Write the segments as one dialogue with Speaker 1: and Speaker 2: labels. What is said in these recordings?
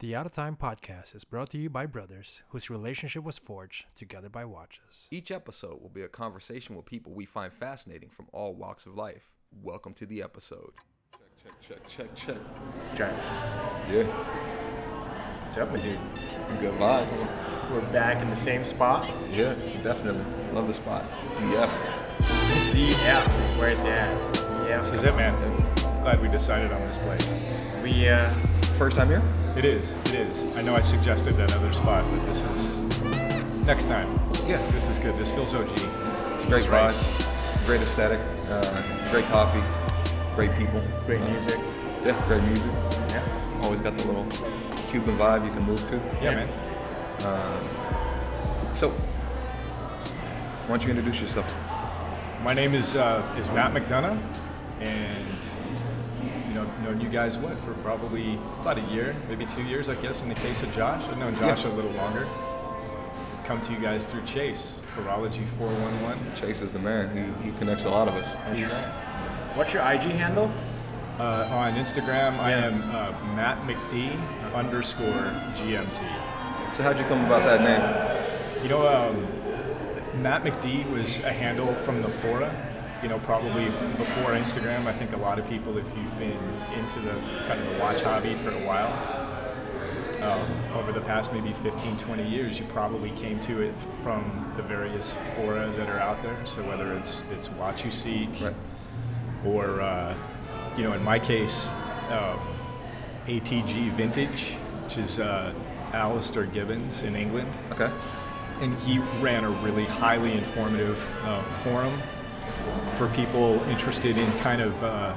Speaker 1: The Out of Time podcast is brought to you by brothers whose relationship was forged together by watches.
Speaker 2: Each episode will be a conversation with people we find fascinating from all walks of life. Welcome to the episode. Check, check, check, check, check.
Speaker 3: Jack,
Speaker 2: Yeah,
Speaker 3: what's up, my dude?
Speaker 2: good vibes.
Speaker 3: We're back in the same spot.
Speaker 2: Yeah, definitely. Love the spot. DF.
Speaker 3: DF is where it's at. Yeah,
Speaker 4: This is it, man. Glad we decided on this place.
Speaker 3: we uh,
Speaker 2: First time here?
Speaker 4: It is. It is. I know I suggested that other spot, but this is next time.
Speaker 2: Yeah.
Speaker 4: This is good. This feels OG. It's
Speaker 2: Great vibe. Great aesthetic. Uh, great coffee. Great people.
Speaker 3: great
Speaker 2: Uh,
Speaker 3: music.
Speaker 2: Yeah, great music.
Speaker 3: Yeah,
Speaker 2: Always got the little Cuban vibe you can move to.
Speaker 4: Yeah, man.
Speaker 2: So, why don't you introduce yourself?
Speaker 4: My name is uh, is Matt McDonough, and you know known you guys what for probably about a year, maybe two years, I guess. In the case of Josh, I've known Josh
Speaker 2: Yeah.
Speaker 4: a little longer. Come to you guys through Chase Virology 411.
Speaker 2: Chase is the man. He, he connects a lot of us.
Speaker 3: He's- What's your IG handle?
Speaker 4: Uh, on Instagram, I am uh, Matt McD underscore GMT.
Speaker 2: So, how'd you come about that name?
Speaker 4: You know, um, Matt McD was a handle from the Fora. You know, probably before Instagram, I think a lot of people, if you've been into the kind of the watch hobby for a while, um, over the past maybe 15, 20 years, you probably came to it from the various fora that are out there. So whether it's it's Watch You Seek,
Speaker 2: Right.
Speaker 4: or uh, you know, in my case, um, ATG Vintage, which is uh, Alistair Gibbons in England,
Speaker 2: Okay.
Speaker 4: and he ran a really highly informative uh, forum for people interested in kind of. Uh,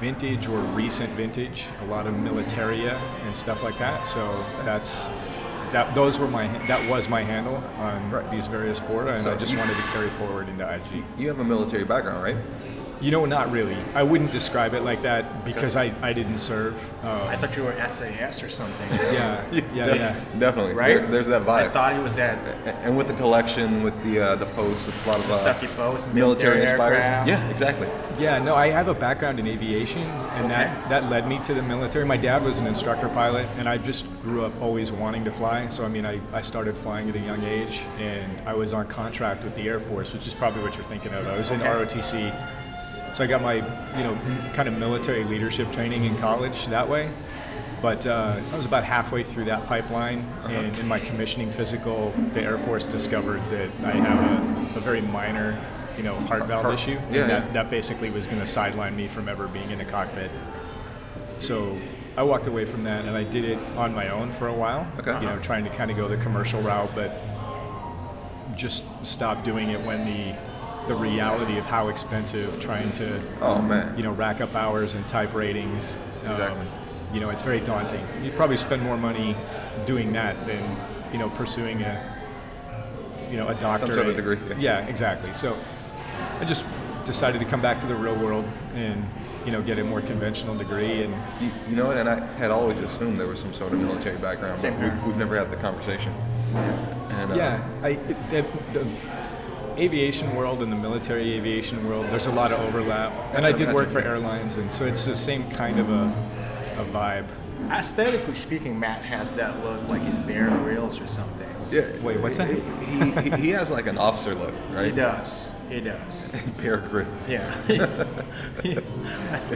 Speaker 4: vintage or recent vintage a lot of militaria and stuff like that so that's that those were my that was my handle on
Speaker 2: Right.
Speaker 4: these various fora and
Speaker 2: So
Speaker 4: i just
Speaker 2: you-
Speaker 4: wanted to carry forward into ig
Speaker 2: You have a military background, right?
Speaker 4: you know, not really. I wouldn't describe it like that because I, I didn't serve. Uh,
Speaker 3: I thought you were SAS or something.
Speaker 4: yeah, yeah,
Speaker 2: Def-
Speaker 4: yeah.
Speaker 2: Definitely.
Speaker 3: Right?
Speaker 2: There- there's that
Speaker 3: I
Speaker 2: vibe.
Speaker 3: thought it was that
Speaker 2: A- and with the collection, with the uh, the posts, it's a lot of uh,
Speaker 3: stuff you post,
Speaker 2: military-inspired-
Speaker 3: aircraft.
Speaker 2: Yeah, exactly.
Speaker 4: Yeah, no, I have a background in aviation, and that, that led me to the military. My dad was an instructor pilot, and I just grew up always wanting to fly. So, I mean, I, I started flying at a young age, and I was on contract with the Air Force, which is probably what you're thinking of. I was in
Speaker 3: Okay.
Speaker 4: ROTC. So I got my, you know, m- kind of military leadership training in college that way. But uh, I was about halfway through that pipeline,
Speaker 2: Uh-huh.
Speaker 4: and in my commissioning physical, the Air Force discovered that I have a, a very minor, you know, heart valve
Speaker 2: Heart-
Speaker 4: issue.
Speaker 2: yeah,
Speaker 4: and that,
Speaker 2: yeah.
Speaker 4: that basically was going to sideline me from ever being in the cockpit. So I walked away from that, and I did it on my own for a while.
Speaker 2: Okay. Uh-huh.
Speaker 4: You know, trying to kind of go the commercial route, but just stopped doing it when the the reality of how expensive trying to
Speaker 2: Oh man.
Speaker 4: you know rack up hours and type ratings um,
Speaker 2: Exactly.
Speaker 4: you know it's very daunting you probably spend more money doing that than you know pursuing a you know a doctor
Speaker 2: sort of degree, yeah.
Speaker 4: yeah. exactly so i just decided to come back to the real world and you know get a more conventional degree and
Speaker 2: you, you know what? And I had always assumed there was some sort of military background,
Speaker 3: Same
Speaker 2: but we,
Speaker 3: here.
Speaker 2: we've never had the conversation. And, uh,
Speaker 4: yeah i it, the, the aviation world and the military aviation world there's a lot of overlap and i
Speaker 2: can
Speaker 4: did work for
Speaker 2: imagine, yeah.
Speaker 4: airlines and so it's the same kind of a, a vibe
Speaker 3: Aesthetically speaking, Matt has that look like he's Bear Grylls or something.
Speaker 2: Yeah.
Speaker 4: Wait, what's that?
Speaker 2: He, he, he has like an officer look,
Speaker 3: He
Speaker 2: right?
Speaker 3: does. He does.
Speaker 2: Bear Grylls.
Speaker 3: Yeah.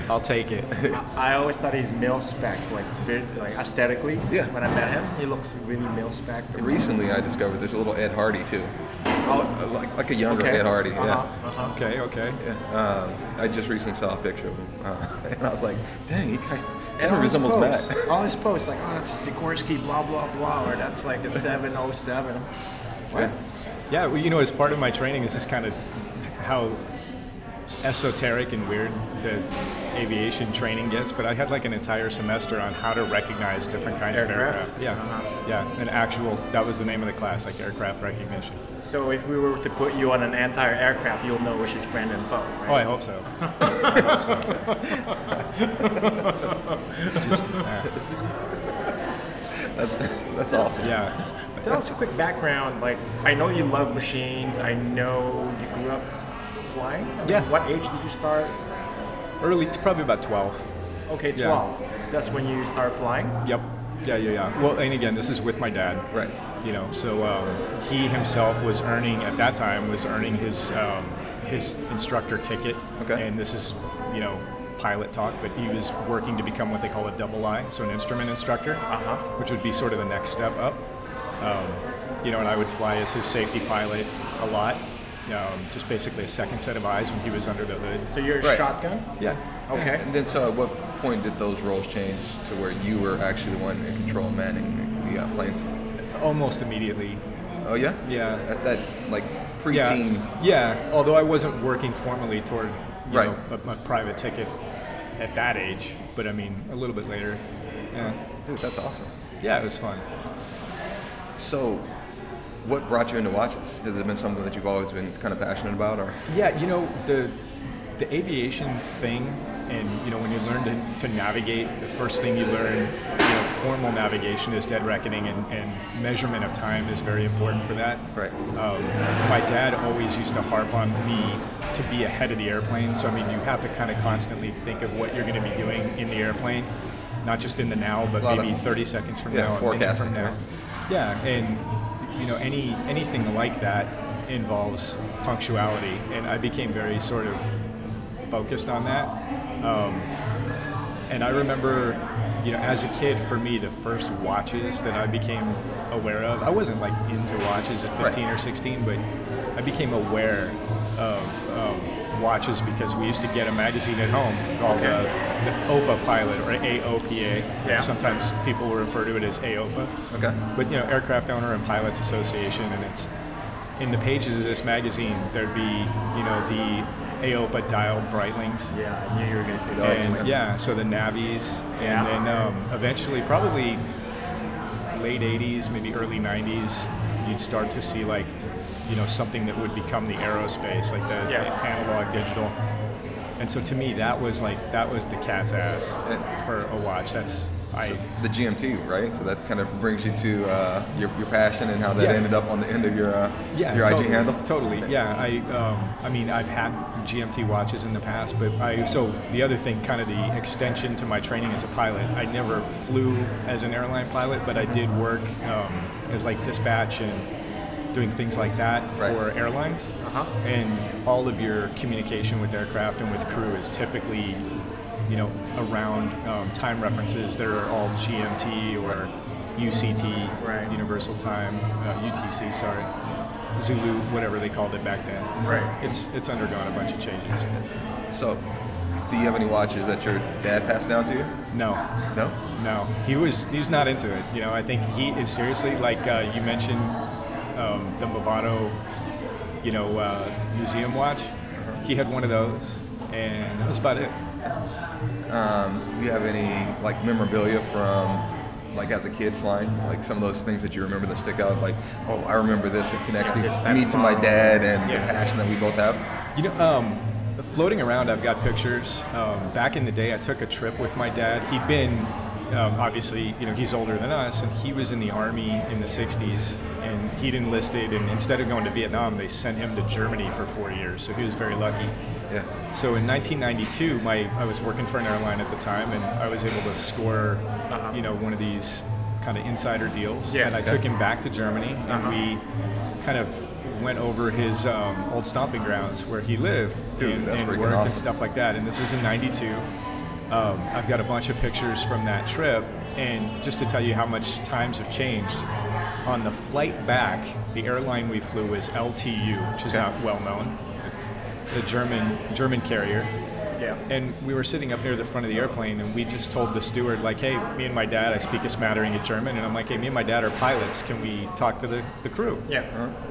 Speaker 4: i'll take it
Speaker 3: I, I always thought he's male spec, like very, like aesthetically.
Speaker 2: Yeah.
Speaker 3: When I met him, he looks really male spec to me.
Speaker 2: Recently, I discovered there's a little Ed Hardy too,
Speaker 3: Oh,
Speaker 2: Uh, like like a younger Ed Hardy.
Speaker 3: Uh-huh,
Speaker 2: Yeah.
Speaker 3: uh-huh.
Speaker 4: okay okay
Speaker 2: Um, I just recently saw a picture of him, uh, and I was like, dang, he kind of
Speaker 3: And all his
Speaker 2: resembles
Speaker 3: posts,
Speaker 2: Matt.
Speaker 3: all his posts, like, oh, that's a Sikorsky, blah blah blah, or that's like a 707.
Speaker 2: Yeah.
Speaker 4: Yeah, well, you know, as part of my training is just kind of how esoteric and weird the aviation training gets. But I had like an entire semester on how to recognize different kinds
Speaker 3: Aircraft?
Speaker 4: of aircraft. Yeah,
Speaker 3: Uh-huh.
Speaker 4: yeah, an actual. That was the name of the class, like aircraft recognition.
Speaker 3: So if we were to put you on an entire aircraft, you'll know which is friend and foe. Right?
Speaker 4: Oh, I hope so. I hope so. just, uh,
Speaker 2: That's, that's awesome.
Speaker 4: yeah.
Speaker 3: Tell us a quick background. Like, I know you love machines. I know you grew up flying. I mean,
Speaker 4: Yeah.
Speaker 3: What age did you start?
Speaker 4: Early, probably about 12.
Speaker 3: Okay,
Speaker 4: Yeah.
Speaker 3: 12. That's when you start flying.
Speaker 4: Yep. Yeah, yeah, yeah. Well, and again, this is with my dad.
Speaker 2: Right.
Speaker 4: You know, so um, he himself was earning at that time was earning his um, his instructor ticket.
Speaker 2: Okay.
Speaker 4: And this is, you know, pilot talk, but he was working to become what they call a double I, so an instrument instructor,
Speaker 3: Uh-huh.
Speaker 4: which would be sort of the next step up. Um, you know, and I would fly as his safety pilot a lot. Um, just basically a second set of eyes when he was under the hood.
Speaker 3: So you're a
Speaker 2: Right.
Speaker 3: shotgun?
Speaker 4: yeah,
Speaker 3: Okay.
Speaker 2: And then, so at what point did those roles change to where you were actually the one in control, manning the uh, planes?
Speaker 4: almost immediately
Speaker 2: Oh yeah.
Speaker 4: Yeah.
Speaker 2: At that like preteen.
Speaker 4: Yeah, yeah. Although I wasn't working formally toward you
Speaker 2: Right.
Speaker 4: know, a, a private ticket at that age, but I mean a little bit later. Yeah,
Speaker 2: Dude, that's awesome.
Speaker 4: yeah, it was fun.
Speaker 2: So, what brought you into watches? Has it been something that you've always been kind of passionate about, or
Speaker 4: Yeah, you know the the aviation thing, and you know when you learn to, to navigate, the first thing you learn, you know, formal navigation is dead reckoning, and, and measurement of time is very important for that.
Speaker 2: Right.
Speaker 4: Um, my dad always used to harp on me to be ahead of the airplane, so I mean you have to kind of constantly think of what you're going to be doing in the airplane, not just in the now, but
Speaker 2: Lot of-
Speaker 4: maybe 30 seconds from
Speaker 2: Yeah,
Speaker 4: now, a minute
Speaker 2: forecasting,
Speaker 4: from now.
Speaker 2: right?
Speaker 4: Yeah, and you know any anything like that involves punctuality, and I became very sort of focused on that. Um, and I remember, you know, as a kid, for me, the first watches that I became aware of, I wasn't like into watches at 15
Speaker 2: Right.
Speaker 4: or 16, but I became aware of um, watches because we used to get a magazine at home called
Speaker 3: Okay.
Speaker 4: uh, the OPA Pilot or AOPA.
Speaker 3: Yeah.
Speaker 4: Sometimes people will refer to it as AOPA
Speaker 2: okay?
Speaker 4: but you know aircraft owner and pilots association and it's in the pages of this magazine there'd be you know the aopa dial brightlings
Speaker 3: Yeah, I knew you were going to say that.
Speaker 4: and
Speaker 2: yeah.
Speaker 4: yeah so the navies
Speaker 3: Yeah.
Speaker 4: and then um, eventually probably late 80s maybe early 90s you'd start to see like you know something that would become the aerospace like the
Speaker 3: Yeah.
Speaker 4: analog digital and so to me that was like that was the cat's ass
Speaker 2: Yeah.
Speaker 4: for a watch that's I,
Speaker 2: The GMT, right? So that kind of brings you to uh, your, your passion and how that
Speaker 4: Yeah.
Speaker 2: ended up on the end of your uh,
Speaker 4: Yeah,
Speaker 2: your
Speaker 4: totally,
Speaker 2: IG handle.
Speaker 4: Totally. Yeah, I um, I mean I've had GMT watches in the past, but I so the other thing, kind of the extension to my training as a pilot, I never flew as an airline pilot, but I did work um, as like dispatch and doing things like that
Speaker 2: Right.
Speaker 4: for airlines.
Speaker 3: Uh-huh.
Speaker 4: And all of your communication with aircraft and with crew is typically. You know, around um, time references, there are all GMT or UCT,
Speaker 3: Right.
Speaker 4: Universal Time, uh, UTC, sorry, Zulu, whatever they called it back then.
Speaker 3: Right.
Speaker 4: It's it's undergone a bunch of changes.
Speaker 2: So, do you have any watches that your dad passed down to you?
Speaker 4: No,
Speaker 2: No.
Speaker 4: no, he was he was not into it. You know, I think he is seriously like uh, you mentioned um, the Movado, you know, uh, museum watch. He had one of those, and that was about it.
Speaker 2: Do you have any like memorabilia from like as a kid flying? Like some of those things that you remember that stick out? Like, oh, I remember this. It connects
Speaker 3: Yeah, this
Speaker 2: to, me
Speaker 3: type
Speaker 2: to my
Speaker 3: of-
Speaker 2: dad and
Speaker 4: Yeah.
Speaker 2: the passion that we both have.
Speaker 4: You know, um, floating around, I've got pictures. Um, back in the day, I took a trip with my dad. He'd been, um, obviously, you know, he's older than us, and he was in the army in the '60s, and he'd enlisted. And instead of going to Vietnam, they sent him to Germany for four years. So he was very lucky.
Speaker 2: Yeah.
Speaker 4: So in 1992, my I was working for an airline at the time, and I was able to score, you know, one of these kind of insider deals.
Speaker 3: Uh-huh. Yeah.
Speaker 4: And I took him back to Germany, and
Speaker 3: Uh-huh.
Speaker 4: we kind of went over his um, old stomping grounds where he lived
Speaker 2: Dude,
Speaker 4: and,
Speaker 2: that's
Speaker 4: and
Speaker 2: freaking
Speaker 4: worked
Speaker 2: awesome.
Speaker 4: and stuff like that. And this was in '92. Um, I've got a bunch of pictures from that trip, and just to tell you how much times have changed. On the flight back, the airline we flew was LTU, which is
Speaker 2: Okay.
Speaker 4: not well known the German German carrier,
Speaker 3: yeah.
Speaker 4: and we were sitting up near the front of the airplane, and we just told the steward like, "Hey, me and my dad, I speak a smattering of German, and I'm like, hey, me and my dad are pilots. Can we talk to the, the crew?"
Speaker 3: Yeah.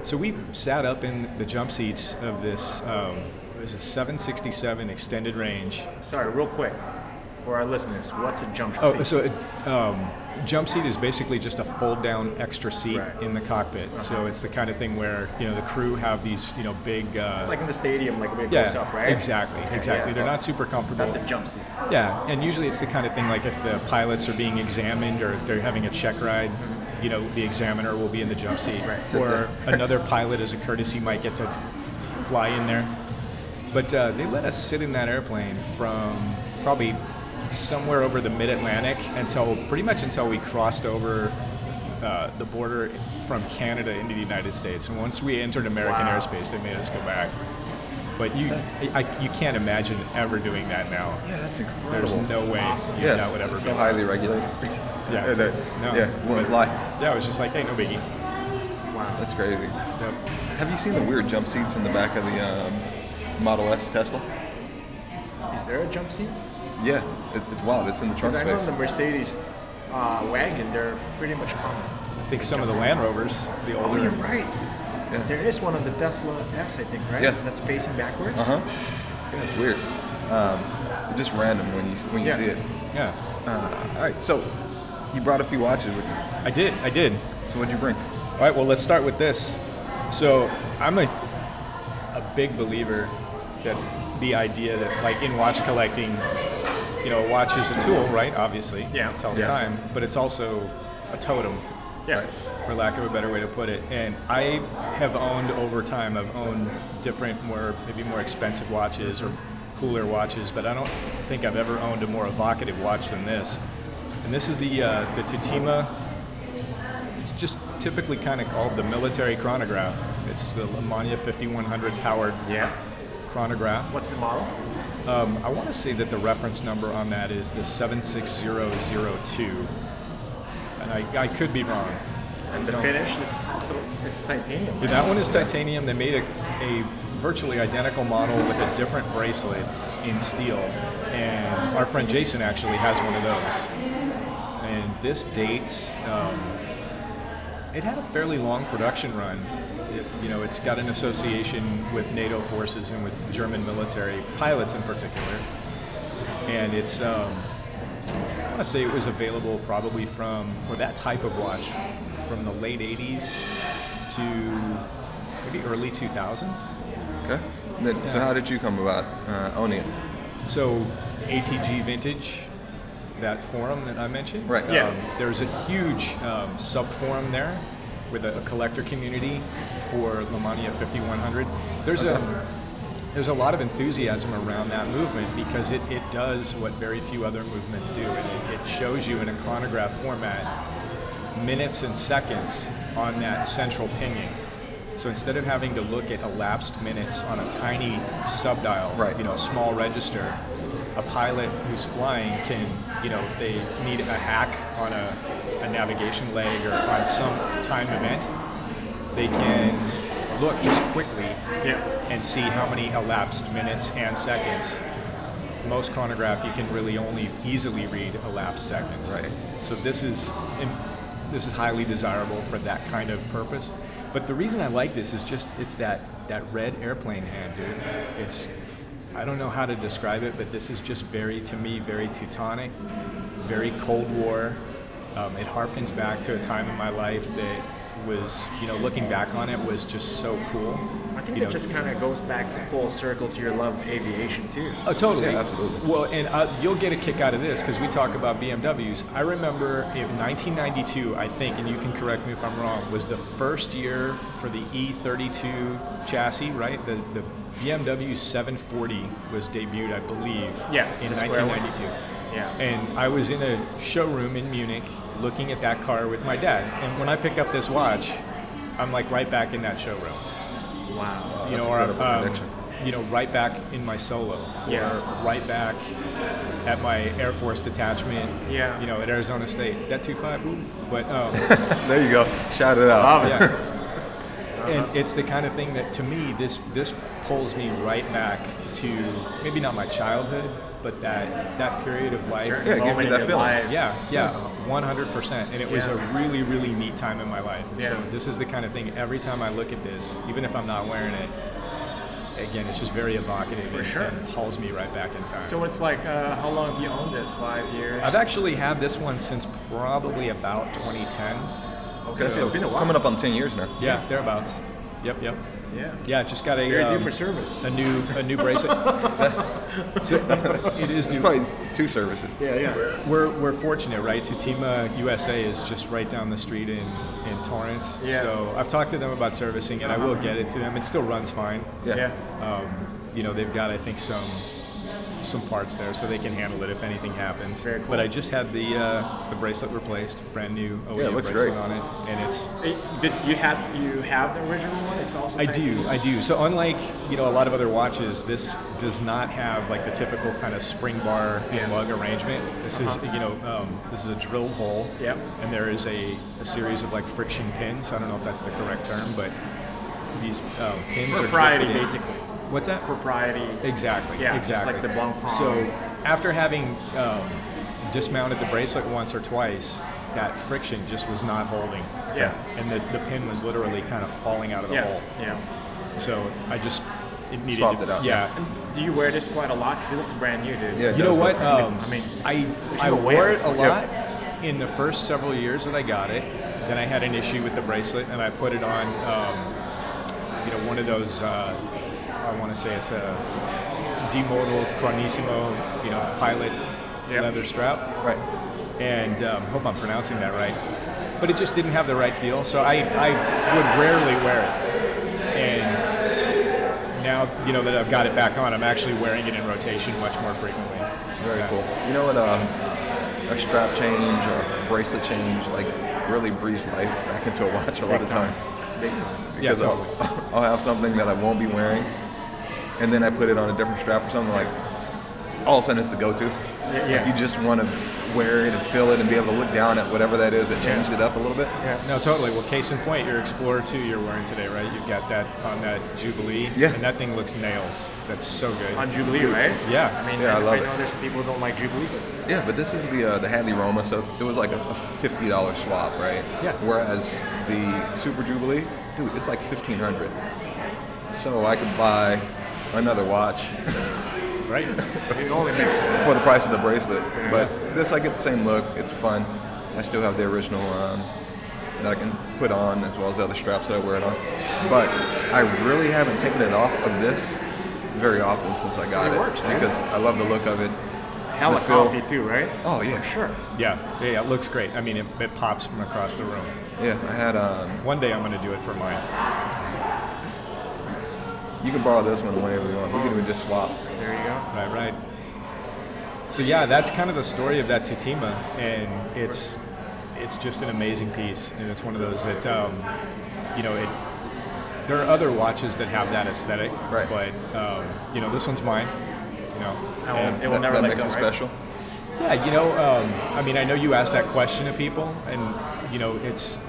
Speaker 4: So we sat up in the jump seats of this. Um, it was a 767 extended range.
Speaker 3: Sorry, real quick. For our listeners, what's a jump seat?
Speaker 4: Oh, so a um, jump seat is basically just a fold down extra seat
Speaker 3: Right. Uh-huh.
Speaker 4: in the cockpit. So it's the kind of thing where you know the crew have these you know big. Uh,
Speaker 3: it's like in the stadium, like a big close up, right?
Speaker 4: exactly, exactly. They're not super comfortable.
Speaker 3: That's a jump seat.
Speaker 4: Yeah, and usually it's the kind of thing like if the pilots are being examined or they're having a check ride, you know, the examiner will be in the jump seat.
Speaker 3: Right.
Speaker 2: Sit
Speaker 4: Or
Speaker 2: there.
Speaker 4: another pilot, as a courtesy, might get to fly in there. But uh, they let us sit in that airplane from probably somewhere over the mid-Atlantic until pretty much until we crossed over uh, the border from Canada into the United States. And once we entered American
Speaker 3: Wow.
Speaker 4: airspace, they made us go back. But you, I, you can't imagine ever doing that now.
Speaker 2: Yeah, that's incredible.
Speaker 4: There's no way
Speaker 5: awesome.
Speaker 4: you,
Speaker 2: yes,
Speaker 4: that would ever
Speaker 2: so
Speaker 4: be.
Speaker 2: highly regulated.
Speaker 4: Yeah.
Speaker 2: that,
Speaker 4: No,
Speaker 2: yeah, you wouldn't fly.
Speaker 4: but- Yeah, it was just like, hey, no biggie.
Speaker 2: That's crazy.
Speaker 4: Yep.
Speaker 2: Have you seen the weird jump seats in the back of the um, Model S Tesla?
Speaker 3: Is there a jump seat?
Speaker 2: Yeah, it, it's wild. It's in the trunk
Speaker 3: Because I know
Speaker 2: space.
Speaker 3: the Mercedes uh, wagon, they're pretty much common.
Speaker 4: I think some of the Land Rovers, the
Speaker 3: Oh, you're
Speaker 4: older,
Speaker 3: right. There is one on the Tesla S, I think, right?
Speaker 2: Yeah.
Speaker 3: That's facing backwards.
Speaker 2: Uh huh. Yeah, it's weird. Um, just random when you when you
Speaker 3: Yeah.
Speaker 2: see it.
Speaker 4: yeah,
Speaker 2: All right, so you brought a few watches with you.
Speaker 4: I did, I did.
Speaker 2: So what'd you bring?
Speaker 4: All right, well, let's start with this. So, I'm a, a big believer that the idea that, like, in watch collecting, you know, a watch is a tool, right? Obviously.
Speaker 3: Yeah.
Speaker 4: It tells
Speaker 2: Yes.
Speaker 4: time, but it's also a totem,
Speaker 3: Yeah.
Speaker 4: for lack of a better way to put it. And I have owned over time, I've owned different, more, maybe more expensive watches or cooler watches, but I don't think I've ever owned a more evocative watch than this. And this is the, uh, the Tutima it's just typically kind of called the military chronograph. It's the Lamania 5100 powered
Speaker 3: Yeah.
Speaker 4: chronograph.
Speaker 3: What's the model?
Speaker 4: Um, I want to say that the reference number on that is the 76002. And I, I could be wrong.
Speaker 3: And the
Speaker 4: Don't-
Speaker 3: finish is it's titanium.
Speaker 4: Yeah, that one is titanium. They made a, a virtually identical model with a different bracelet in steel. And our friend Jason actually has one of those. And this dates, um, it had a fairly long production run. It, you know, it's got an association with NATO forces and with German military pilots in particular. And it's, um, I want to say it was available probably from, or that type of watch, from the late 80s to maybe early 2000s.
Speaker 2: Okay. And then, So how did you come about uh, owning it?
Speaker 4: So ATG Vintage, that forum that I mentioned.
Speaker 2: Right.
Speaker 3: Yeah.
Speaker 4: Um, there's a huge um, sub forum there with a, a collector community for Lamania 5100. There's a there's a lot of enthusiasm around that movement because it, it does what very few other movements do. It, it shows you in a chronograph format minutes and seconds on that central pinion. So instead of having to look at elapsed minutes on a tiny subdial,
Speaker 2: Right.
Speaker 4: you know, a small register, a pilot who's flying can, you know, if they need a hack on a, a navigation leg or on some time event, they can look just quickly
Speaker 3: Yeah.
Speaker 4: and see how many elapsed minutes and seconds. Most chronograph, you can really only easily read elapsed seconds.
Speaker 2: Right.
Speaker 4: So this is im- this is highly desirable for that kind of purpose. But the reason I like this is just it's that that red airplane hand, dude. It's I don't know how to describe it, but this is just very to me very Teutonic, very Cold War. Um, it harkens back to a time in my life that was you know looking back on it was just so cool.
Speaker 3: I think
Speaker 4: You
Speaker 3: it
Speaker 4: know,
Speaker 3: just kind of goes back full circle to your love of aviation too.
Speaker 4: Oh, totally.
Speaker 2: Yeah, absolutely.
Speaker 4: Well, and uh, you'll get a kick out of this because we talk about BMWs. I remember in 1992, I think, and you can correct me if I'm wrong, was the first year for the E32 chassis, right? The, the BMW 740 was debuted, I believe,
Speaker 3: Yeah,
Speaker 4: in
Speaker 3: the square one.
Speaker 4: 1992.
Speaker 3: Yeah.
Speaker 4: And I was in a showroom in Munich looking at that car with my dad. And when I pick up this watch, I'm like right back in that showroom
Speaker 3: Wow.
Speaker 4: you
Speaker 2: That's
Speaker 4: know, or,
Speaker 2: incredible
Speaker 4: um,
Speaker 2: connection.
Speaker 4: you know, right back in my solo,
Speaker 3: Yeah.
Speaker 4: or right back at my Air Force detachment,
Speaker 3: Yeah.
Speaker 4: you know, at Arizona State, that two five, but um,
Speaker 2: There you go. Shout it out.
Speaker 3: Love it.
Speaker 4: yeah,
Speaker 3: Uh-huh.
Speaker 4: and it's the kind of thing that to me this this pulls me right back to maybe not my childhood, but that that period of life.
Speaker 3: Certain
Speaker 2: Yeah, it gives you
Speaker 3: moment
Speaker 2: that
Speaker 3: in
Speaker 2: feeling.
Speaker 3: life.
Speaker 4: Yeah, yeah, 100%. And it was
Speaker 3: Yeah.
Speaker 4: a really, really neat time in my life. And
Speaker 3: Yeah.
Speaker 4: So this is the kind of thing every time I look at this, even if I'm not wearing it, again, it's just very evocative and,
Speaker 3: sure.
Speaker 4: and hauls me right back in time.
Speaker 3: So it's like, uh, how long have you owned this? Five years.
Speaker 4: I've actually had this one since probably about 2010.
Speaker 2: Okay,
Speaker 4: So-
Speaker 2: so
Speaker 3: it's been a while.
Speaker 2: Coming up on 10 years now.
Speaker 4: Yeah, thereabouts. Yep, yep.
Speaker 3: yeah.
Speaker 4: Yeah, just got a
Speaker 3: You're due
Speaker 4: um,
Speaker 3: for service.
Speaker 4: a new a new bracelet. it is
Speaker 2: It's
Speaker 4: due.
Speaker 2: probably two services.
Speaker 3: Yeah, yeah.
Speaker 4: We're, we're fortunate, right? Tutima USA is just right down the street in, in Torrance.
Speaker 3: Yeah.
Speaker 4: So I've talked to them about servicing it. I
Speaker 2: Uh-huh.
Speaker 4: will get it to them. It still runs fine.
Speaker 2: Yeah.
Speaker 3: Yeah.
Speaker 4: Um, you know, they've got, I think, some some parts there so they can handle it if anything happens.
Speaker 3: Very cool.
Speaker 4: But I just had the uh, the bracelet replaced, brand new OEM
Speaker 2: Yeah, it looks
Speaker 4: bracelet
Speaker 2: great.
Speaker 4: on it, and it's
Speaker 3: It- did you have you have the original one? It's also
Speaker 4: I
Speaker 3: type
Speaker 4: do, I do. So unlike you know a lot of other watches, this does not have like the typical kind of spring bar and lug arrangement. This is you know um, this is a drilled hole.
Speaker 3: Uh-huh. Yep.
Speaker 4: And there is a, a series of like friction pins. I don't know if that's the correct term, but these um, pins are
Speaker 3: Propriety,
Speaker 4: drifted in.
Speaker 3: basically.
Speaker 4: What's that?
Speaker 3: Propriety.
Speaker 4: Exactly.
Speaker 3: Yeah, just
Speaker 4: Exactly.
Speaker 3: like the Blanc Pain.
Speaker 4: So after having um, dismounted the bracelet once or twice, that friction just was not holding.
Speaker 3: Yeah.
Speaker 4: And the, the pin was literally kind of falling out of the
Speaker 3: Yeah.
Speaker 4: hole.
Speaker 3: Yeah.
Speaker 4: So I just it needed
Speaker 2: Swapped
Speaker 4: to,
Speaker 2: it out,
Speaker 4: Yeah.
Speaker 3: Do you wear this quite a lot? Because it looks brand new, dude.
Speaker 2: Yeah.
Speaker 4: You know
Speaker 2: does
Speaker 4: what?
Speaker 2: look-
Speaker 4: Um,
Speaker 3: I mean,
Speaker 4: I
Speaker 3: we
Speaker 4: I
Speaker 3: should
Speaker 4: wore
Speaker 3: wear
Speaker 4: it
Speaker 3: it.
Speaker 4: a lot in the first several years that I got it. Then I had an issue with the bracelet, and I put it on. Um, you know, one of those. Uh, I want to say it's a demodal Chronissimo. You know, pilot
Speaker 3: Yep.
Speaker 4: leather strap
Speaker 2: Right.
Speaker 4: and um, hope I'm pronouncing that right. But it just didn't have the right feel, so I, I would rarely wear it. And now you know that I've got it back on, I'm actually wearing it in rotation much more frequently.
Speaker 2: Very
Speaker 4: Yeah.
Speaker 2: cool. You know what? Uh, a strap change or a bracelet change like really breathes life back into a watch a lot of time.
Speaker 3: Big time.
Speaker 4: Yeah,
Speaker 2: Because I'll- I'll, have something that I won't be wearing, and then I put it on a different strap or something like. All of a sudden, it's the go-to.
Speaker 3: yeah.
Speaker 2: Like you just want to wear it and feel it and be able to look down at whatever that is that changed it up a little bit.
Speaker 4: No, totally. Well, case in point, your Explorer 2 you're wearing today, right? You've got that on that Jubilee,
Speaker 2: Yeah.
Speaker 4: and that thing looks nails. That's so good.
Speaker 3: On Jubilee, right?
Speaker 4: yeah.
Speaker 3: I mean,
Speaker 2: Yeah, I
Speaker 3: I,
Speaker 2: love
Speaker 3: I
Speaker 2: it.
Speaker 3: know there's people who don't like Jubilee, but
Speaker 2: Yeah, but this is the uh, the Hadley Roma, so it was like a, a fifty dollar swap, right?
Speaker 4: Yeah.
Speaker 2: Whereas the Super Jubilee, dude, it's like fifteen hundred. So I could buy another watch
Speaker 4: right?
Speaker 3: it only makes sense.
Speaker 2: for the price of the bracelet. But this, I get the same look. It's fun. I still have the original um, that I can put on, as well as the other straps that I wear it on. But I really haven't taken it off of this very often since I got
Speaker 3: It
Speaker 2: it,
Speaker 3: works, man.
Speaker 2: because I love the look of it.
Speaker 3: Hella
Speaker 2: the feel-
Speaker 3: comfy too, right?
Speaker 2: Oh yeah,
Speaker 3: Sure.
Speaker 4: Yeah. yeah, yeah, it looks great. I mean, it, it pops from across the room.
Speaker 2: Yeah, I had um,
Speaker 4: One day I'm going to do it for mine.
Speaker 2: You can borrow this one whenever you want. We can even just swap.
Speaker 3: There you go.
Speaker 4: Right, right. So yeah, that's kind of the story of that Tutima, and it's it's just an amazing piece, and it's one of those that um, you know it. There are other watches that have that aesthetic,
Speaker 2: Right.
Speaker 4: but um, you know this one's mine. You know,
Speaker 3: I will-
Speaker 4: and-
Speaker 3: it will
Speaker 2: that
Speaker 3: never
Speaker 2: that
Speaker 3: let
Speaker 2: makes
Speaker 3: go,
Speaker 2: it
Speaker 3: right?
Speaker 2: special.
Speaker 4: yeah, you know, um, I mean, I know you ask that question to people, and you know it's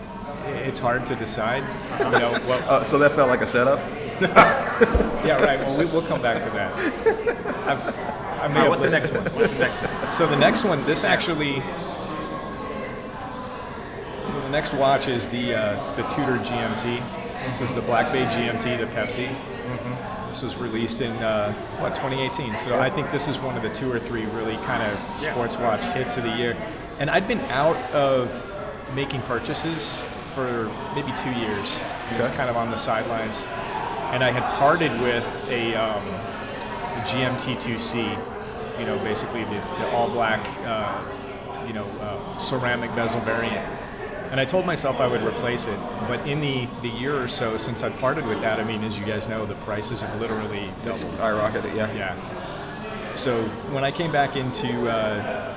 Speaker 4: it's hard to decide. You know, what,
Speaker 2: Uh, so that felt like a setup.
Speaker 3: Uh-huh.
Speaker 4: yeah, right. Well, we, we'll come back to that. I've, I may have
Speaker 3: All right, Uh, what's the
Speaker 4: listed-
Speaker 3: next one? What's the next one?
Speaker 4: So the next one, this actually. So the next watch is the uh, the Tudor GMT. This is the Black Bay GMT, the Pepsi. This was released in uh, what 2018. So I think this is one of the two or three really kind of
Speaker 3: Yeah.
Speaker 4: sports watch hits of the year. And I'd been out of making purchases for maybe two years. It was
Speaker 2: Okay.
Speaker 4: kind of on the sidelines, and I had parted with a. Um, the GMT2C, you know, basically the, the all black, uh, you know, uh, ceramic bezel variant. And I told myself I would replace it, but in the, the year or so since I parted with that, I mean, as you guys know, the prices have literally
Speaker 2: It's
Speaker 4: doubled.
Speaker 2: skyrocketed. Yeah.
Speaker 4: Yeah. So when I came back into uh,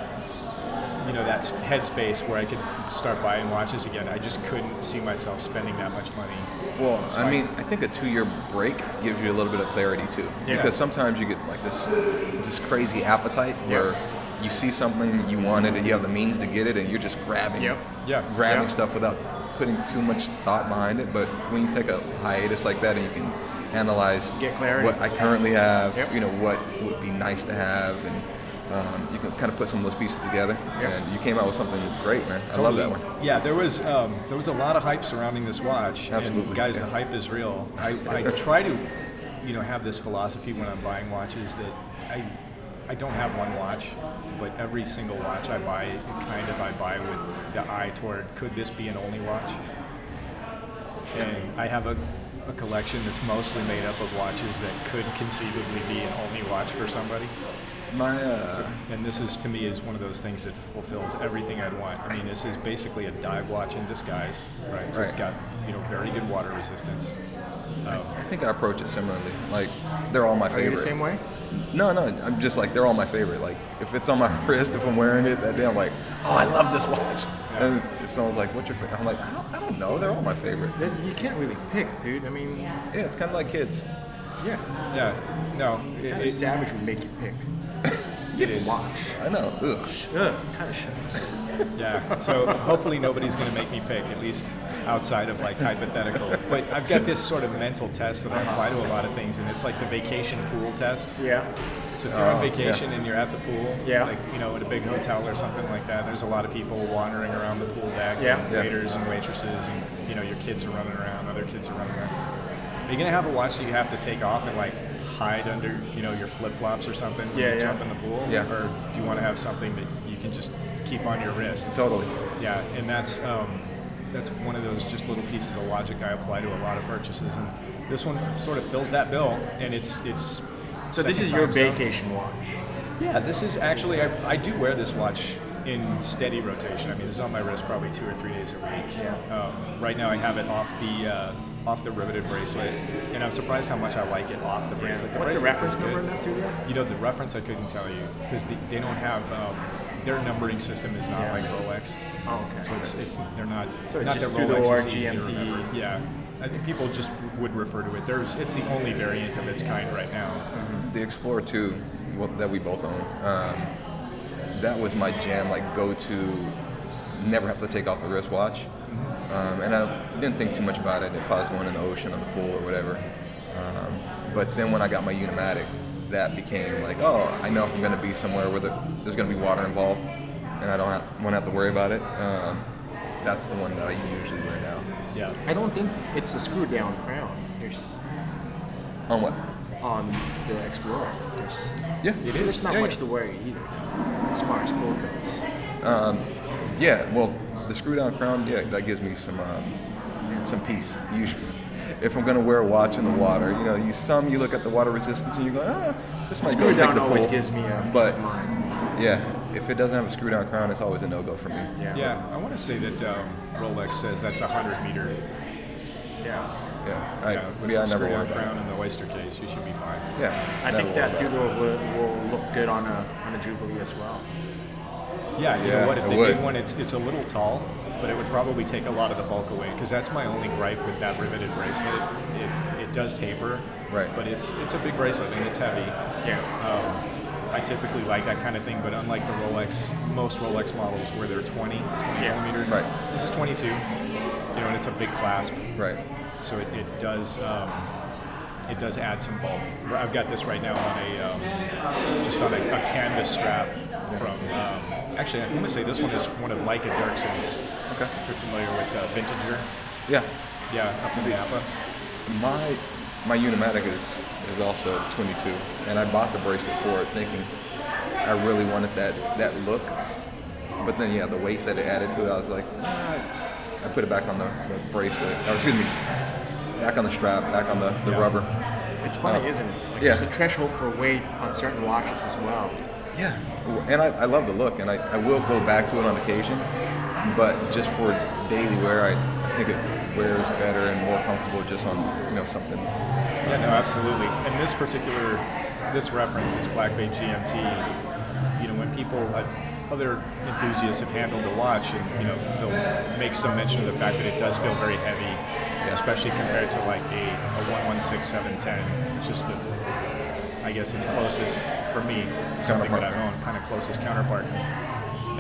Speaker 4: you know that s- headspace where I could start buying watches again, I just couldn't see myself spending that much money.
Speaker 2: Well,
Speaker 4: So
Speaker 2: I mean, I think a two-year break gives you a little bit of clarity too,
Speaker 4: Yeah.
Speaker 2: because sometimes you get like this, this crazy appetite where you see something that you wanted and you have the means to get it, and you're just grabbing,
Speaker 3: Yep.
Speaker 4: Yeah.
Speaker 2: grabbing
Speaker 3: Yeah.
Speaker 2: stuff without putting too much thought behind it. But when you take a hiatus like that, and you can analyze
Speaker 3: Get clarity.
Speaker 2: what I currently have,
Speaker 3: Yep.
Speaker 2: you know, what would be nice to have, and um, you can kind of put some of those pieces together.
Speaker 3: Yep.
Speaker 2: And you came out with something great, man. I love that one.
Speaker 4: Yeah, there was um, there was a lot of hype surrounding this watch.
Speaker 2: Absolutely,
Speaker 4: and guys,
Speaker 2: yeah.
Speaker 4: the hype is real. I, I try to, you know, have this philosophy when I'm buying watches that I I don't have one watch, but every single watch I buy, it kind of I buy with the eye toward could this be an only watch? And I have a, a collection that's mostly made up of watches that could conceivably be an only watch for somebody.
Speaker 2: My uh,
Speaker 4: And this is to me is one of those things that fulfills everything I'd want. I mean, this is basically a dive watch in disguise, right? So it's
Speaker 2: Right.
Speaker 4: got you know very good water resistance.
Speaker 2: I think I approach it similarly. Like they're all my
Speaker 3: Are you
Speaker 2: favorite.
Speaker 3: the same way?
Speaker 2: No, no, I'm just like they're all my favorite. Like if it's on my wrist, if I'm wearing it that day, I'm like, oh, I love this watch. And if someone's like, what's your favorite? I'm like, I don't, I don't know. They're all my favorite.
Speaker 3: That- You can't really pick, dude. I mean,
Speaker 2: Yeah, it's kind of like kids.
Speaker 3: yeah.
Speaker 4: Yeah, no, it,
Speaker 3: Kind of
Speaker 4: it,
Speaker 3: savage would make you pick.
Speaker 4: it is.
Speaker 3: Watch.
Speaker 2: I know. Ugh.
Speaker 3: Ugh, kind of shit.
Speaker 4: Yeah. So hopefully nobody's going to make me pick, at least outside of like hypothetical. But I've got this sort of mental test that I apply to a lot of things, and it's like the vacation pool test.
Speaker 3: Yeah.
Speaker 4: So if you're on
Speaker 2: Oh, yeah.
Speaker 4: vacation and you're at the pool,
Speaker 3: Yeah.
Speaker 4: like you know, at a big hotel or something like that, there's a lot of people wandering around the pool deck,
Speaker 3: Yeah.
Speaker 4: and
Speaker 2: Yeah.
Speaker 4: waiters and waitresses, and you know, your kids are running around, other kids are running around. Are you gonna have a watch that you have to take off and like hide under, you know, your flip flops or something when
Speaker 3: Yeah,
Speaker 4: you
Speaker 3: yeah.
Speaker 4: jump in the pool?
Speaker 2: Yeah.
Speaker 4: Or do you want to have something that you can just keep on your wrist?
Speaker 2: Totally.
Speaker 4: Yeah, and that's um, that's one of those just little pieces of logic I apply to a lot of purchases, and this one sort of fills that bill, and it's it's.
Speaker 3: So this
Speaker 4: second
Speaker 3: is your
Speaker 4: time, so-
Speaker 3: vacation watch.
Speaker 4: Yeah, this is actually I, I do wear this watch in steady rotation. I mean, this is on my wrist probably two or three days a week.
Speaker 3: Yeah.
Speaker 4: Um, right now, I have it off the uh, off the riveted bracelet, and I'm surprised how much I like it off the bracelet.
Speaker 3: What's the
Speaker 4: bracelet
Speaker 3: reference
Speaker 4: is good.
Speaker 3: number on that, dude?
Speaker 4: You know, the reference I couldn't tell you because they, they don't have um, their numbering system is not
Speaker 3: Yeah.
Speaker 4: like Rolex.
Speaker 3: Oh, okay.
Speaker 4: So it's, it's they're not.
Speaker 3: So it's
Speaker 4: not
Speaker 3: just
Speaker 4: their
Speaker 3: through the
Speaker 4: Rolex is easy to
Speaker 3: ORGMT.
Speaker 4: remember. Yeah, I think people just would refer to it. There's it's the only variant of its kind right now.
Speaker 2: The Explorer 2 wh- that we both own, um, that was my jam, like go to, never have to take off the wristwatch. Um, and I didn't think too much about it if I was going in the ocean or the pool or whatever. Um, but then when I got my Unimatic, that became like, oh, I know if I'm going to be somewhere where the, there's going to be water involved and I don't have, won't have to worry about it. Um, that's the one that I usually wear now.
Speaker 4: Yeah.
Speaker 3: I don't think it's a screw down crown. There's
Speaker 2: On what?
Speaker 3: on the Explorer. There's,
Speaker 2: Yeah,
Speaker 3: so there's not
Speaker 2: Yeah,
Speaker 3: much
Speaker 2: yeah.
Speaker 3: to worry either, as far as pool goes.
Speaker 2: Yeah, well, the screw down crown, yeah, that gives me some um, some peace. Usually, if I'm gonna wear a watch in the water, you know, you some you look at the water resistance and you go, ah, this might go
Speaker 3: Screw
Speaker 2: take
Speaker 3: down
Speaker 2: the
Speaker 3: always
Speaker 2: pull."
Speaker 3: gives me a peace
Speaker 2: but
Speaker 3: of mind.
Speaker 2: yeah, if it doesn't have a screw down crown, it's always a no go for me.
Speaker 3: Yeah.
Speaker 4: Yeah, I want to say that um, Rolex says that's a hundred meter.
Speaker 3: Yeah.
Speaker 2: Yeah, I,
Speaker 4: You know, with
Speaker 2: yeah, I never
Speaker 4: the screw
Speaker 2: wear
Speaker 4: down
Speaker 2: that.
Speaker 4: crown and the oyster case, you should be fine.
Speaker 2: Yeah,
Speaker 3: I
Speaker 2: never
Speaker 3: think
Speaker 2: wore
Speaker 3: that doodle will, will look good on a on a Jubilee as well.
Speaker 4: Yeah, you
Speaker 2: Yeah,
Speaker 4: know what? If
Speaker 2: it
Speaker 4: they
Speaker 2: would.
Speaker 4: made one, it's it's a little tall, but it would probably take a lot of the bulk away. Because that's my only gripe with that riveted bracelet. It it does taper,
Speaker 2: Right.
Speaker 4: But it's it's a big bracelet and it's heavy.
Speaker 3: Yeah.
Speaker 4: Um, I typically like that kind of thing, but unlike the Rolex, most Rolex models where they're 20, 20
Speaker 3: Yeah.
Speaker 4: millimeter.
Speaker 2: Right.
Speaker 4: This is 22. You know, and it's a big clasp.
Speaker 2: Right.
Speaker 4: so it, it does um, it does add some bulk. I've got this right now on a um, just on a, a canvas strap from um, actually I'm gonna say this one is one of Leica Dirksen's.
Speaker 2: Okay.
Speaker 4: If you're familiar with uh, Vintager,
Speaker 2: Yeah,
Speaker 4: yeah, up in Napa.
Speaker 2: my my Unimatic is is also 22, and I bought the bracelet for it, thinking I really wanted that that look. But then, yeah, the weight that it added to it, I was like, I put it back on the, the bracelet. Or excuse me, back on the strap, back on the, the
Speaker 4: Yeah.
Speaker 2: rubber.
Speaker 3: It's funny, isn't it? Like,
Speaker 2: Uh, yeah.
Speaker 3: There's a threshold for weight on certain watches as well.
Speaker 2: Yeah. And I, I love the look, and I, I will go back to it on occasion, but just for daily wear, I, I think it wears better and more comfortable just on you know something.
Speaker 4: Yeah, no, absolutely. And this particular, this reference is Black Bay GMT. You know, when people, uh, other enthusiasts have handled the watch, and you know, they'll make some mention of the fact that it does feel very heavy, especially compared to like a, a 116710, which is the, I guess it's closest for me, something
Speaker 2: Counterpart.
Speaker 4: that I own, kind of closest counterpart.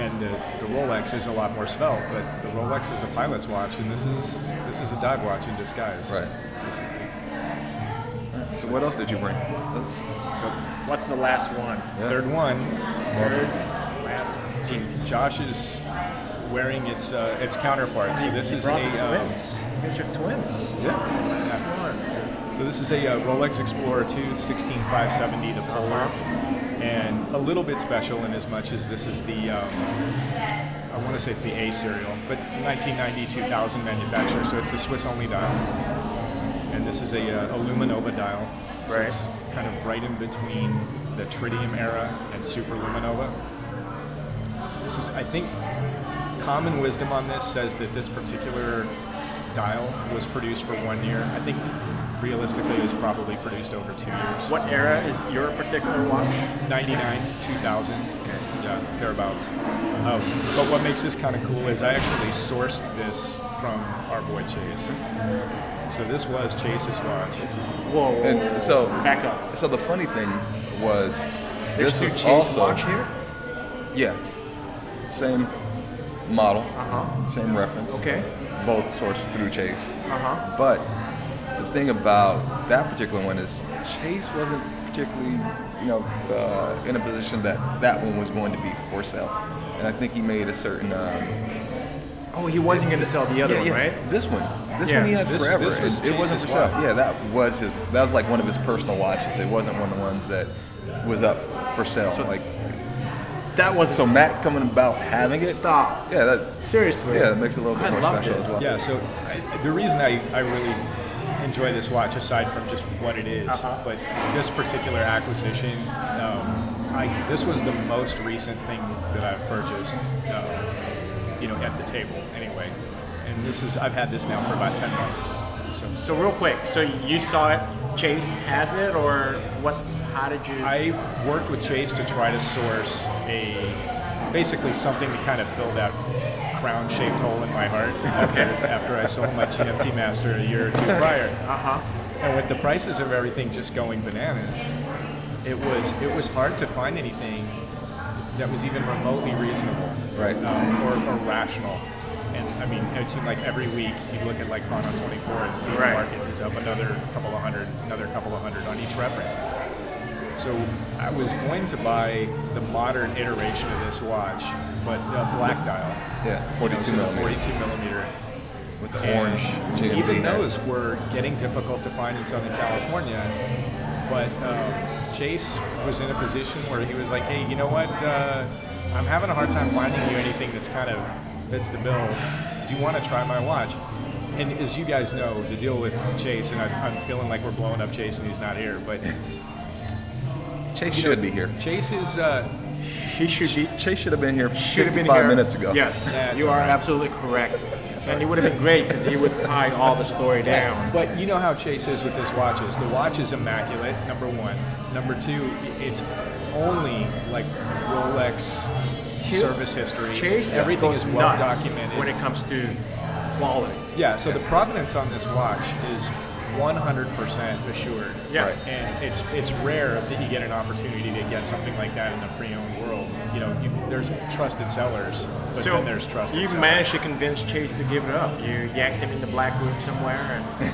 Speaker 4: And the, the Rolex is a lot more svelte, but the Rolex is a pilot's watch, and this is this is a dive watch in disguise.
Speaker 2: Right.
Speaker 4: Basically.
Speaker 2: So what else did you bring?
Speaker 4: So
Speaker 3: What's the last one?
Speaker 4: Third one,
Speaker 3: Third, last piece.
Speaker 4: Josh is wearing its uh, its counterpart. So this
Speaker 3: You
Speaker 4: is
Speaker 3: brought
Speaker 4: a
Speaker 3: the
Speaker 4: uh,
Speaker 3: twins. These are twins.
Speaker 2: Yeah.
Speaker 3: Last one. So-
Speaker 4: so this is a uh, Rolex Explorer 2 16570, the Polar,
Speaker 3: Uh-huh.
Speaker 4: and a little bit special in as much as this is the um, I want to say it's the A serial, but 1990 2000 manufacturer. So it's the Swiss only dial, and this is a, uh, a Luminova dial. So
Speaker 3: Right.
Speaker 4: It's kind of right in between the Tritium era and Super Luminova. This is I think common wisdom on this says that this particular dial was produced for one year. I think realistically it was probably produced over two years.
Speaker 3: What era is your particular watch?
Speaker 4: 99, 2000. Yeah, thereabouts. Um, but what makes this kind of cool is I actually sourced this from our boy Chase. So this was Chase's watch.
Speaker 3: Whoa, whoa,
Speaker 2: And so,
Speaker 3: back up.
Speaker 2: so the funny thing was,
Speaker 3: There's
Speaker 2: this
Speaker 3: two
Speaker 2: was
Speaker 3: Chase
Speaker 2: also
Speaker 3: watch here.
Speaker 2: yeah, same model,
Speaker 3: Uh huh.
Speaker 2: same reference.
Speaker 3: Okay.
Speaker 2: Both sourced through Chase.
Speaker 3: Uh huh.
Speaker 2: But the thing about that particular one is Chase wasn't particularly, you know, uh, in a position that that one was going to be for sale. And I think he made a certain. Um,
Speaker 3: Oh, he wasn't gonna sell the other one, right?
Speaker 2: This one. This
Speaker 3: Yeah.
Speaker 2: one he had
Speaker 4: This-
Speaker 2: forever.
Speaker 4: this was
Speaker 2: it, it wasn't for
Speaker 4: Chase's
Speaker 2: sale.
Speaker 4: watch.
Speaker 2: Yeah, that was his. That was like one of his personal watches. It wasn't one of the ones that was up for sale. like
Speaker 3: That was
Speaker 2: so, Matt coming about having it.
Speaker 3: Stop.
Speaker 2: Yeah, that.
Speaker 3: Seriously.
Speaker 2: Yeah, it makes it a little bit
Speaker 3: I
Speaker 2: more
Speaker 3: love
Speaker 2: special
Speaker 3: this.
Speaker 2: as well.
Speaker 4: Yeah, so I, the reason I, I really enjoy this watch, aside from just what it is,
Speaker 3: Uh-huh.
Speaker 4: but this particular acquisition, um, I, this was the most recent thing that I've purchased, um, you know, at the table anyway. And this is, I've had this now for about 10 months. So
Speaker 3: So real quick, so you saw it, Chase has it, or what's? How did you?
Speaker 4: I worked with Chase to try to source a basically something to kind of fill that crown shaped hole in my heart after, after I sold my GMT Master a year or two prior.
Speaker 3: uh huh.
Speaker 4: And with the prices of everything just going bananas, it was it was hard to find anything that was even remotely reasonable,
Speaker 2: Right.
Speaker 4: um, or, or rational. And I mean, it seemed like every week you look at like Chrono 24 and see
Speaker 3: Right.
Speaker 4: the market is up another couple of hundred, another couple of hundred on each reference. So I was going to buy the modern iteration of this watch, but the black dial,
Speaker 2: Yeah,
Speaker 4: you know,
Speaker 2: 42
Speaker 4: so the
Speaker 2: millimeter
Speaker 4: 42 millimeter
Speaker 2: with the
Speaker 4: and
Speaker 2: orange GMT.
Speaker 4: Even
Speaker 2: hat.
Speaker 4: those were getting difficult to find in Southern California. But um, Chase was in a position where he was like, hey, you know what? Uh, I'm having a hard time finding you anything that's kind of fits the bill. Do you want to try my watch? And as you guys know, the deal with Chase, and I'm, I'm feeling like we're blowing up Chase and he's not here, but
Speaker 2: Chase should be here.
Speaker 4: Chase is. Uh,
Speaker 3: He should be.
Speaker 2: Chase should have been here
Speaker 3: Should have been
Speaker 2: 55
Speaker 3: here.
Speaker 2: minutes ago.
Speaker 3: Yes,
Speaker 4: That's
Speaker 3: you are
Speaker 4: all right.
Speaker 3: absolutely correct. And it would have been great because he would tie all the story down.
Speaker 4: But you know how Chase is with his watches. The watch is immaculate, number one. Number two, it's only like Rolex
Speaker 3: Here-
Speaker 4: service history.
Speaker 3: Chase
Speaker 4: Everything
Speaker 3: goes
Speaker 4: is well
Speaker 3: nuts
Speaker 4: documented.
Speaker 3: when it comes to quality.
Speaker 4: yeah, so the provenance on this watch is 100% assured.
Speaker 3: Yeah.
Speaker 2: Right.
Speaker 4: And it's it's rare that you get an opportunity to get something like that in the pre-owned world. You know, you, there's trusted sellers, but
Speaker 3: so
Speaker 4: then there's trusted
Speaker 3: you
Speaker 4: sellers.
Speaker 3: managed to convince Chase to give it up. You yanked him in the black room somewhere and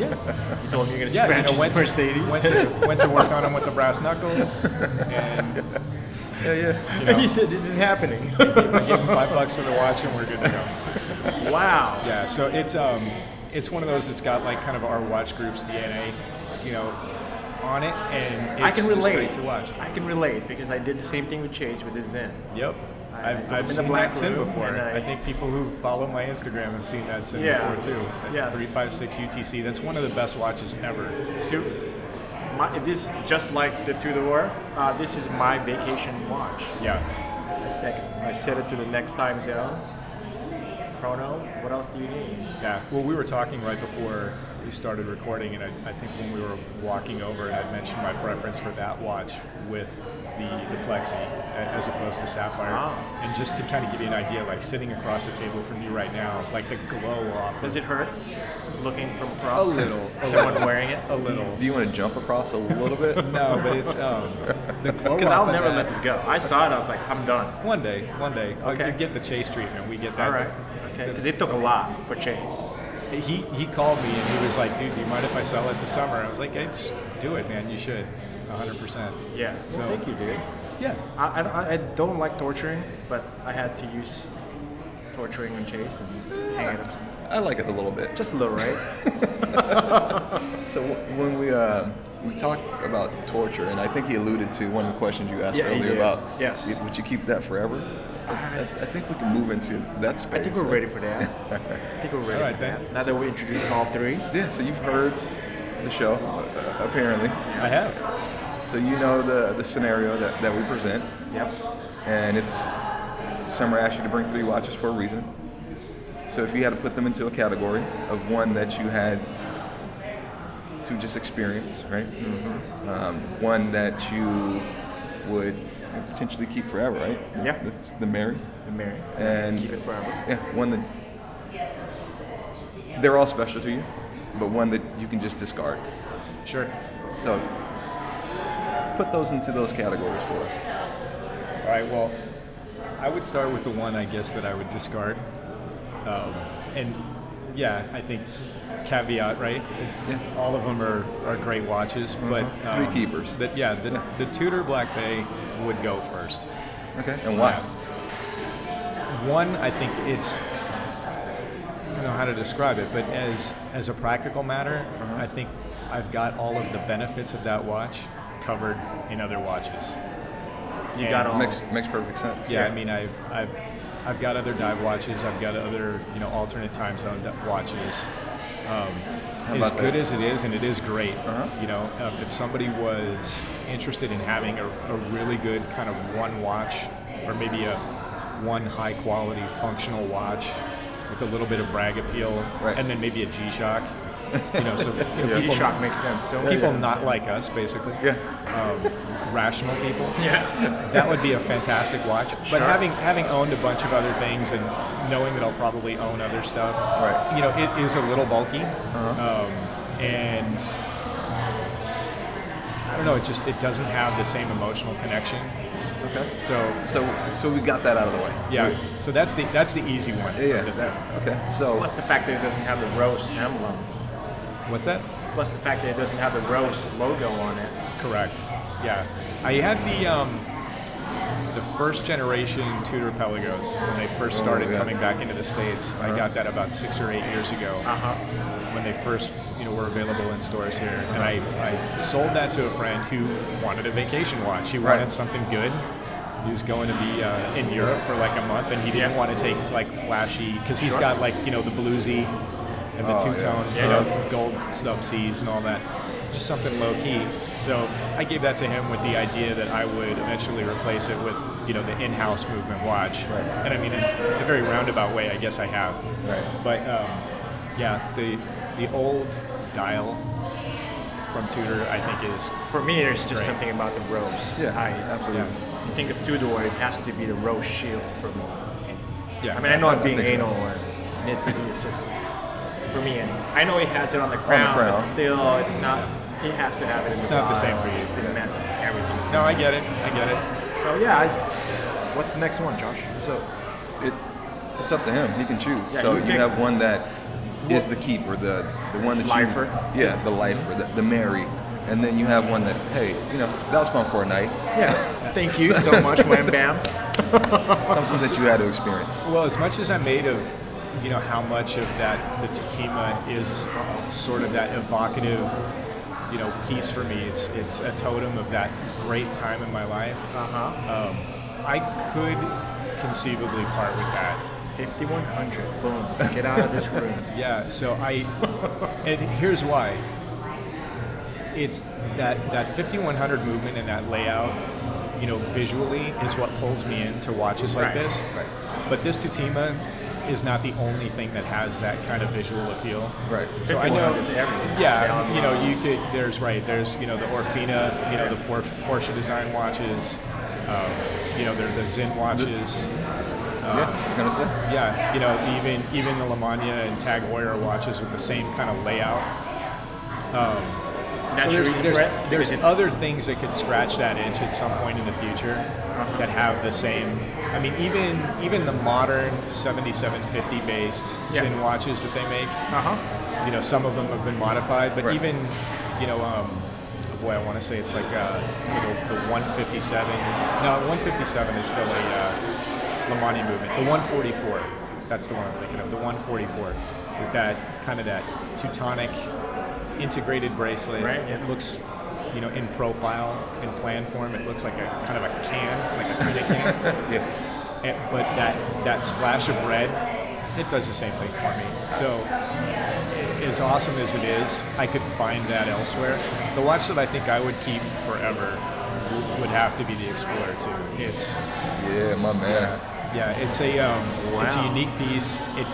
Speaker 4: yeah.
Speaker 3: you told him you're going to
Speaker 4: Yeah,
Speaker 3: scratch
Speaker 4: you know, went
Speaker 3: his Mercedes.
Speaker 4: To, went, to, went to work on him with the brass knuckles, and
Speaker 2: Yeah, yeah.
Speaker 4: you know,
Speaker 3: he said, "This is happening."
Speaker 4: I gave him five bucks for the watch, and we're good to go.
Speaker 3: wow.
Speaker 4: Yeah, so it's um, it's one of those that's got like kind of our watch group's DNA, you know, on it, and it's
Speaker 3: I can
Speaker 4: just
Speaker 3: relate
Speaker 4: great to watch.
Speaker 3: I can relate because I did the same thing with Chase with his Zen.
Speaker 4: Yep.
Speaker 3: I-
Speaker 4: I've,
Speaker 3: I'm in
Speaker 4: I've
Speaker 3: the
Speaker 4: seen
Speaker 3: black
Speaker 4: that sin
Speaker 3: room,
Speaker 4: before.
Speaker 3: and I-
Speaker 4: I, think people who follow my Instagram have seen that sin
Speaker 3: Yeah.
Speaker 4: before too. That
Speaker 3: Yes.
Speaker 4: 356 UTC. That's one of the best watches ever.
Speaker 3: So, my, this just like the Tudor, uh, this is my vacation watch.
Speaker 4: Yeah.
Speaker 3: I sec- I set it to the next time zone. Chrono. What else do you need?
Speaker 4: Yeah. Well, we were talking right before we started recording, and I, I think when we were walking over, and I mentioned my preference for that watch with the, the Plexi a- as opposed to Sapphire.
Speaker 3: Ah.
Speaker 4: And just to kind of give you an idea, like sitting across the table from you right now, like the glow off.
Speaker 3: Does
Speaker 4: of-
Speaker 3: it hurt looking from across?
Speaker 4: little, a
Speaker 3: Someone
Speaker 4: little.
Speaker 3: wearing it.
Speaker 4: A little.
Speaker 2: Do you want to jump across a little bit?
Speaker 4: No, but it's um, the glow off.
Speaker 3: Because I'll
Speaker 4: of
Speaker 3: never
Speaker 4: that-
Speaker 3: let this go. I saw it. I was like, I'm done.
Speaker 4: One day, one day. Like,
Speaker 3: Okay.
Speaker 4: you get the chase treatment. We get that.
Speaker 3: All right. Okay. Because it took a lot for Chase.
Speaker 4: He he called me and he was like, "Dude, do you mind if I sell it to Summer?" I was like, hey, just "Do it, man. You should, 100." percent
Speaker 3: Yeah.
Speaker 4: So-
Speaker 3: thank you, dude.
Speaker 4: Yeah.
Speaker 3: I, I, I don't like torturing, but I had to use torturing on Chase and hang it up.
Speaker 2: I like it a little bit.
Speaker 3: Just a little, right?
Speaker 2: So wh- when we uh, we talked about torture, and I think he alluded to one of the questions you asked
Speaker 3: Yeah, he
Speaker 2: earlier
Speaker 3: did.
Speaker 2: about
Speaker 3: Yes.
Speaker 2: y- would you keep that forever? I, I, I think we can move into that space.
Speaker 3: I think we're ready for that. I think we're ready
Speaker 4: Alright,
Speaker 3: for that.
Speaker 4: then.
Speaker 3: Now that we introduced all three.
Speaker 2: Yeah. So you've heard the show, uh, apparently.
Speaker 4: I have.
Speaker 2: So you know the the scenario that, that we present,
Speaker 3: Yep.
Speaker 2: and it's Summer asked you to bring three watches for a reason. So if you had to put them into a category of one that you had to just experience, right?
Speaker 3: Mm-hmm.
Speaker 2: Um, one that you would potentially keep forever, right?
Speaker 3: Yeah.
Speaker 2: That's the Mary.
Speaker 3: The Mary.
Speaker 2: And
Speaker 3: Keep it forever.
Speaker 2: Yeah, one that they're all special to you, but one that you can just discard.
Speaker 4: Sure.
Speaker 2: So put those into those categories for us.
Speaker 4: All right. Well, I would start with the one I guess that I would discard, um, and yeah, I think caveat right.
Speaker 2: Yeah.
Speaker 4: All of them are, are great watches, but
Speaker 3: Mm-hmm.
Speaker 2: Three keepers.
Speaker 4: That yeah, the,
Speaker 2: Yeah.
Speaker 4: the Tudor Black Bay would go first.
Speaker 2: Okay. And why?
Speaker 4: One, I think it's I don't know how to describe it, but as as a practical matter,
Speaker 3: Uh-huh.
Speaker 4: I think I've got all of the benefits of that watch covered in other watches.
Speaker 3: You
Speaker 4: And-
Speaker 3: got all.
Speaker 2: Makes makes perfect sense.
Speaker 4: yeah, I mean, I've, I've, I've got other dive watches. I've got other, you know, alternate time zone di- watches. Um, as
Speaker 2: about
Speaker 4: good
Speaker 2: that?
Speaker 4: as it is, and it is great.
Speaker 2: Uh-huh.
Speaker 4: You know, um, if somebody was interested in having a, a really good kind of one watch, or maybe a one high quality functional watch with a little bit of brag appeal,
Speaker 2: Right.
Speaker 4: and then maybe a G Shock. You know, so you know,
Speaker 2: Yeah.
Speaker 4: people,
Speaker 3: G-Shock makes sense. So many
Speaker 4: people
Speaker 3: sense.
Speaker 4: not like us, basically.
Speaker 2: Yeah.
Speaker 4: Um, rational people
Speaker 3: Yeah.
Speaker 4: that would be a fantastic watch. But
Speaker 3: Sure.
Speaker 4: having having owned a bunch of other things and knowing that I'll probably own other stuff,
Speaker 2: Right. Uh-huh.
Speaker 4: you know, it is a little bulky, um, and I don't know. It just it doesn't have the same emotional connection.
Speaker 2: Okay.
Speaker 4: So
Speaker 2: So so we got that out of the way.
Speaker 4: yeah,
Speaker 2: We-
Speaker 4: so that's the that's the easy one.
Speaker 2: yeah. That, okay. So
Speaker 3: Plus the fact that it doesn't have the Rose emblem.
Speaker 4: What's that?
Speaker 3: Plus the fact that it doesn't have the Rose logo on it.
Speaker 4: Correct. Yeah, I had the um, the first generation Tudor Pelagos when they first started
Speaker 2: Oh, yeah. Uh-huh.
Speaker 4: coming back into the states. I got that about six or eight years ago when they first you know were available in stores here, and I, I sold that to a friend who wanted a vacation watch. He
Speaker 2: Right.
Speaker 4: wanted something good. He was going to be uh, in Europe for like a month, and he didn't want to take like flashy because he's got like you know the bluesy and the
Speaker 2: Oh, yeah.
Speaker 4: two tone
Speaker 3: Yeah.
Speaker 4: you know, gold subseas and all that. Just something low key. So I gave that to him with the idea that I would eventually replace it with, you know, the in-house movement watch.
Speaker 2: Right.
Speaker 4: And I mean, in a very roundabout way, I guess I have.
Speaker 2: Right.
Speaker 4: But um, yeah, the the old dial from Tudor, I think, is
Speaker 3: For me, there's just
Speaker 4: Right.
Speaker 3: something about the Rose.
Speaker 2: yeah,
Speaker 3: I,
Speaker 2: absolutely.
Speaker 3: You think of Tudor, it has to be the Rose shield for me.
Speaker 4: yeah.
Speaker 3: I mean, I know I'm
Speaker 2: I
Speaker 3: being
Speaker 2: think so.
Speaker 3: anal or nitpicky. It's just for me. And I know he has it on the crown,
Speaker 2: crown.
Speaker 3: but still, it's not. He has to have it. In it's
Speaker 4: not the same for you.
Speaker 3: It meant everything.
Speaker 4: no, I get it. I get it.
Speaker 3: So yeah. I, what's the next one, Josh?
Speaker 2: So it it's up to him. He can choose.
Speaker 3: Yeah,
Speaker 2: so
Speaker 3: you
Speaker 2: you,
Speaker 3: pick.
Speaker 2: have one that is the keeper, the the one that
Speaker 3: Lifer.
Speaker 2: you yeah, the lifer, the, the Mary, and then you have one that hey, you know that was fun for a night,
Speaker 3: Yeah. Thank you so much, Wham Bam.
Speaker 2: something that you had to experience.
Speaker 4: Well, as much as I made of, you know, how much of that the Tatima is sort of that evocative, you know, piece for me. It's it's a totem of that great time in my life.
Speaker 3: Uh huh.
Speaker 4: Um, I could conceivably part with that.
Speaker 3: 5100. Boom. Get out of this room.
Speaker 4: Yeah, so I, and here's why. It's that that 5100 movement and that layout, you know, visually is what pulls me into watches like
Speaker 3: Right,
Speaker 4: this. But this Tutima is not the only thing that has that kind of visual appeal.
Speaker 2: Right.
Speaker 4: So I know.
Speaker 3: 5100 is everything.
Speaker 4: Yeah,
Speaker 3: Beyond
Speaker 4: you know, you
Speaker 3: Rose.
Speaker 4: could. There's right. There's you know the Orfina. You know the Por- Porsche design watches. Um, you know, there the Zen watches.
Speaker 2: yeah, I was gonna say.
Speaker 4: Yeah, you know, even even the Lamania and Tag Heuer watches with the same kind of layout.
Speaker 3: That's your
Speaker 4: there's
Speaker 3: reason
Speaker 4: there's,
Speaker 3: for it?
Speaker 4: there's
Speaker 3: Because it's-
Speaker 4: other things that could scratch that itch at some point in the future
Speaker 3: Uh-huh.
Speaker 4: that have the same. I mean, even even the modern 7750 based
Speaker 3: Yeah.
Speaker 4: Zin watches that they make,
Speaker 3: Uh-huh.
Speaker 4: you know, some of them have been modified, but
Speaker 2: Right.
Speaker 4: even you know. Um, oh Boy, I want to say it's like uh, you know, the 157. No, 157 is still a uh, Lamani movement. The 144, that's the one I'm thinking of. The 144 with that kind of that Teutonic integrated bracelet.
Speaker 3: Right.
Speaker 4: It looks, you know, in profile, in plan form, it looks like a kind of a can, like a tuna can.
Speaker 2: Yeah,
Speaker 4: And- but that that splash of red, it does the same thing for me. So i- as awesome as it is, I could find that elsewhere. The watch that I think I would keep forever w- would have to be the Explorer too. It's
Speaker 2: yeah, my man.
Speaker 4: yeah, it's a um, it's a
Speaker 3: Wow.
Speaker 4: unique piece. It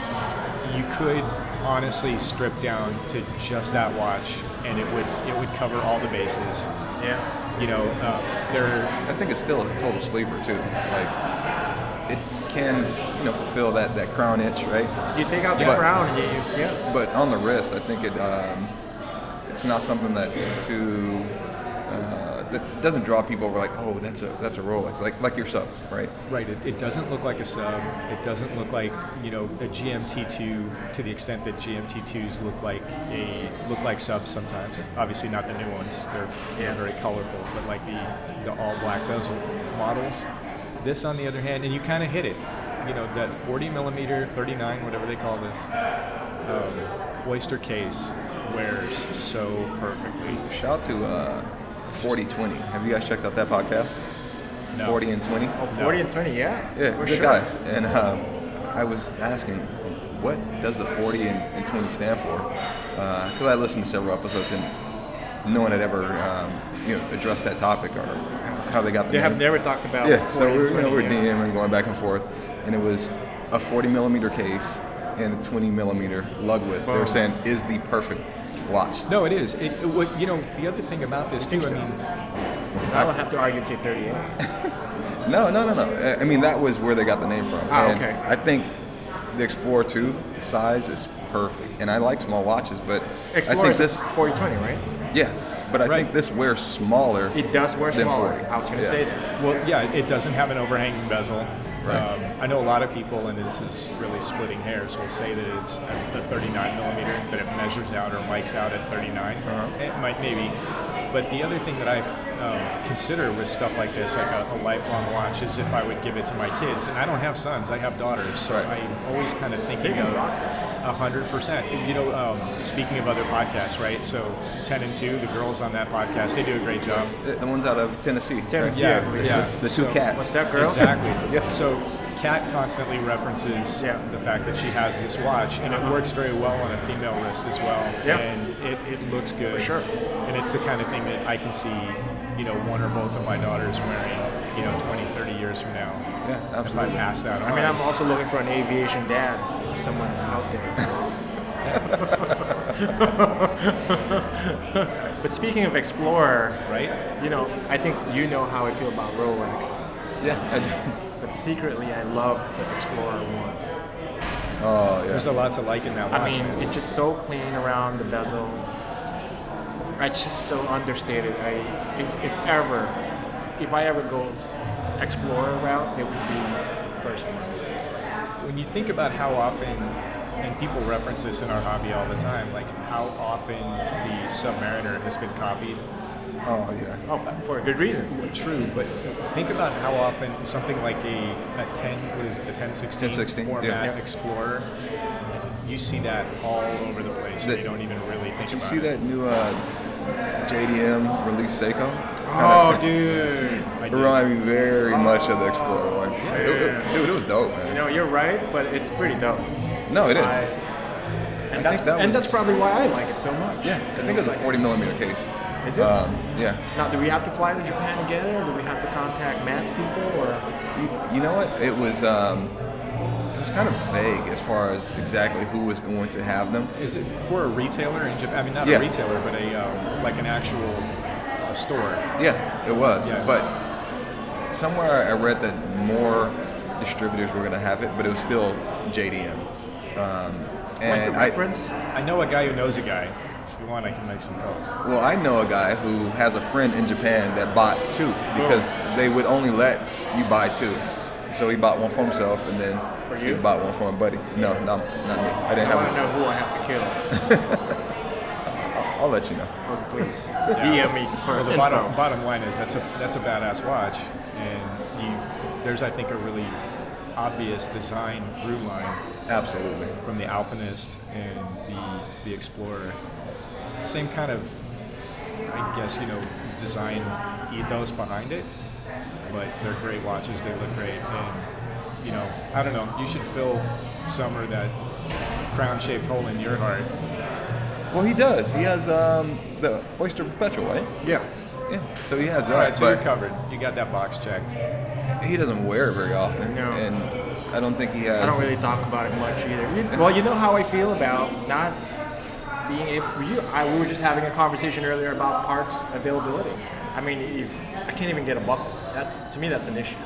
Speaker 4: you could honestly strip down to just that watch, and it would it would cover all the bases.
Speaker 3: Yeah.
Speaker 4: You know, uh, there.
Speaker 2: I think it's still a total sleeper too. Like it can, you know, fulfill that, that crown itch, right?
Speaker 3: You take out the
Speaker 2: But-
Speaker 3: crown and you, you yeah.
Speaker 2: But on the wrist, I think it um, it's not something that's too uh, that doesn't draw people over like, oh, that's a that's a Rolex, like like your sub, right?
Speaker 4: Right, it, it doesn't look like a sub. It doesn't look like you know a GMT2 to the extent that GMT2s look like a look like subs sometimes. Obviously, not the new ones; they're
Speaker 3: Yeah.
Speaker 4: very colorful. But like the the all black bezel models, this on the other hand, and you kind of hit it. You know that 40 millimeter, 39, whatever they call this, um, oyster case wears so perfectly.
Speaker 2: Shout out to uh, 4020. Have you guys checked out that podcast?
Speaker 4: No.
Speaker 2: 40 and 20.
Speaker 3: Oh, 40 and 20, yeah.
Speaker 2: Yeah,
Speaker 3: for
Speaker 2: good
Speaker 3: sure.
Speaker 2: guys. And um, I was asking, what does the 40 and, and 20 stand for? Because I listened to several episodes and no one had ever um, you know, addressed that topic or how they got the
Speaker 3: They have
Speaker 2: name.
Speaker 3: never talked about
Speaker 2: yeah,
Speaker 3: 40
Speaker 2: so
Speaker 3: and
Speaker 2: we were, you
Speaker 3: 20,
Speaker 2: know, we were
Speaker 3: yeah.
Speaker 2: DMing, going back and forth, and it was a 40 millimeter case and a 20 millimeter lug width. They were saying is the perfect watch.
Speaker 4: No, it is. It, what, you know the other thing about this too.
Speaker 3: think so.
Speaker 4: I mean,
Speaker 3: I don't have to argue and say 38.
Speaker 2: No, no, no, no. I- I mean, that was where they got the name from.
Speaker 3: Ah,
Speaker 2: And
Speaker 3: okay.
Speaker 2: I think the Explorer 2 size is perfect. And I like small watches, but I
Speaker 3: Explorer
Speaker 2: think
Speaker 3: is
Speaker 2: this,
Speaker 3: 40 20, right?
Speaker 2: yeah, but I
Speaker 4: Right.
Speaker 2: think this wears smaller.
Speaker 3: It does wear
Speaker 2: Then
Speaker 3: smaller.
Speaker 2: 40.
Speaker 3: I was going to
Speaker 2: Yeah.
Speaker 3: say that.
Speaker 4: Well, yeah, it doesn't have an overhanging bezel.
Speaker 2: Right.
Speaker 4: Um, I know a lot of people, and this is really splitting hairs, will say that it's a, a 39 millimeter, that it measures out or mics out at 39.
Speaker 2: Uh-huh.
Speaker 4: It might, maybe. But the other thing that I um, consider with stuff like this, like a, a lifelong watch, is if I would give it to my kids. And I don't have sons, I have daughters, so
Speaker 2: Right.
Speaker 4: I'm always kind of thinking
Speaker 3: can
Speaker 4: of
Speaker 3: rock this.
Speaker 4: a hundred percent. You know, um, speaking of other podcasts, right? So ten and two, the girls on that podcast, they do a great job.
Speaker 2: The the one's out of Tennessee.
Speaker 3: Tennessee, I
Speaker 4: Yeah,
Speaker 3: believe.
Speaker 4: yeah.
Speaker 2: The two
Speaker 4: So-
Speaker 2: cats.
Speaker 3: What's up, girl?
Speaker 4: Exactly.
Speaker 2: Yeah.
Speaker 4: So Kat constantly references
Speaker 3: Yeah. Uh-huh.
Speaker 4: the fact that she has this watch, and it works very well on a female wrist as well.
Speaker 3: Yeah.
Speaker 4: And it, it looks good.
Speaker 3: For sure.
Speaker 4: And it's the kind of thing that I can see, you know, one or both of my daughters wearing, you know, 20, 30 years from now.
Speaker 2: Yeah,
Speaker 4: If I
Speaker 2: absolutely.
Speaker 4: pass that on.
Speaker 3: I mean, I'm also looking for an aviation dad if someone's out there. but speaking of Explorer,
Speaker 4: right?
Speaker 3: you know, I think you know how I feel about Rolex,
Speaker 2: Yeah.
Speaker 3: but secretly I love the Explorer one.
Speaker 2: I do. Oh, yeah.
Speaker 4: There's a lot to like in that watch.
Speaker 3: I mean,
Speaker 4: man.
Speaker 3: it's just so clean around the bezel. It's just so understated. I, if, if ever, if I ever go Explorer route, it would be the first one.
Speaker 4: when you think about how often and people reference this in our hobby all the time like how often the submariner has been copied
Speaker 2: Oh, yeah.
Speaker 3: Oh, for a good reason.
Speaker 4: Well, true but think about how often something like a, a 10 what is it a 1016,
Speaker 2: 1016, yeah.
Speaker 4: format
Speaker 2: Yeah.
Speaker 4: explorer you see that all over the place
Speaker 2: The-
Speaker 4: and you don't even really think
Speaker 2: Did you
Speaker 4: about
Speaker 2: see
Speaker 4: it
Speaker 2: that new uh, JDM release Seiko?
Speaker 3: Oh, dude. Oh.
Speaker 4: I
Speaker 2: It
Speaker 4: do.
Speaker 2: reminded me very much of the Explorer one. It- it- dude, it was dope,
Speaker 3: You
Speaker 2: man.
Speaker 3: know, you're right, but it's pretty dope.
Speaker 2: No, it is.
Speaker 3: I- and, that's,
Speaker 2: think that
Speaker 3: and
Speaker 2: was-
Speaker 3: that's probably why I like it so much.
Speaker 2: Yeah, I think it's a 40 millimeter case.
Speaker 3: Is it?
Speaker 2: Um, yeah.
Speaker 3: Now, do we have to fly to Japan to get it, or do we have to contact Matt's people, or
Speaker 2: You, you know what? It was um, it was kind of vague as far as exactly who was going to have them.
Speaker 4: is it for a retailer in japan i mean not
Speaker 2: Yeah.
Speaker 4: a retailer but a um, like an actual uh, store
Speaker 2: Yeah, it was.
Speaker 4: Yeah.
Speaker 2: But somewhere I read that more distributors were going to have it, but it was still JDM. Um,
Speaker 3: what's the
Speaker 2: and I,
Speaker 3: reference?
Speaker 4: i know a guy who knows a guy if you want i can make some calls
Speaker 2: well, I know a guy who has a friend in Japan that bought two because they would only let you buy two. So he bought one for himself, and then
Speaker 3: For
Speaker 2: he
Speaker 3: you?
Speaker 2: bought one for my buddy. No, no, not me. I didn't
Speaker 3: I want
Speaker 2: have. A,
Speaker 3: to know who I have to kill.
Speaker 2: I'll let you know.
Speaker 3: Okay, please. DM me for
Speaker 4: Well, the
Speaker 3: info.
Speaker 4: bottom, bottom line is that's a that's a badass watch, and you, there's I think a really obvious design through line
Speaker 2: Absolutely.
Speaker 4: from the Alpinist and the the Explorer. Same kind of, I guess you know, design ethos behind it, but they're great watches. They look great, and you know, I don't know. You should fill summer that crown-shaped hole in your heart.
Speaker 2: Well, he does. He has um, the Oyster Perpetual, right?
Speaker 3: Yeah.
Speaker 2: Yeah. So he has that,
Speaker 4: All right, so you're
Speaker 2: but
Speaker 4: covered. You got that box checked.
Speaker 2: he doesn't wear it very often.
Speaker 3: No.
Speaker 2: And I don't think he has.
Speaker 3: I don't really talk about it much either. You- Well, you know how I feel about not being able. You, I, we were just having a conversation earlier about parts availability. I mean, if, I can't even get a buckle. That's to me, that's an issue.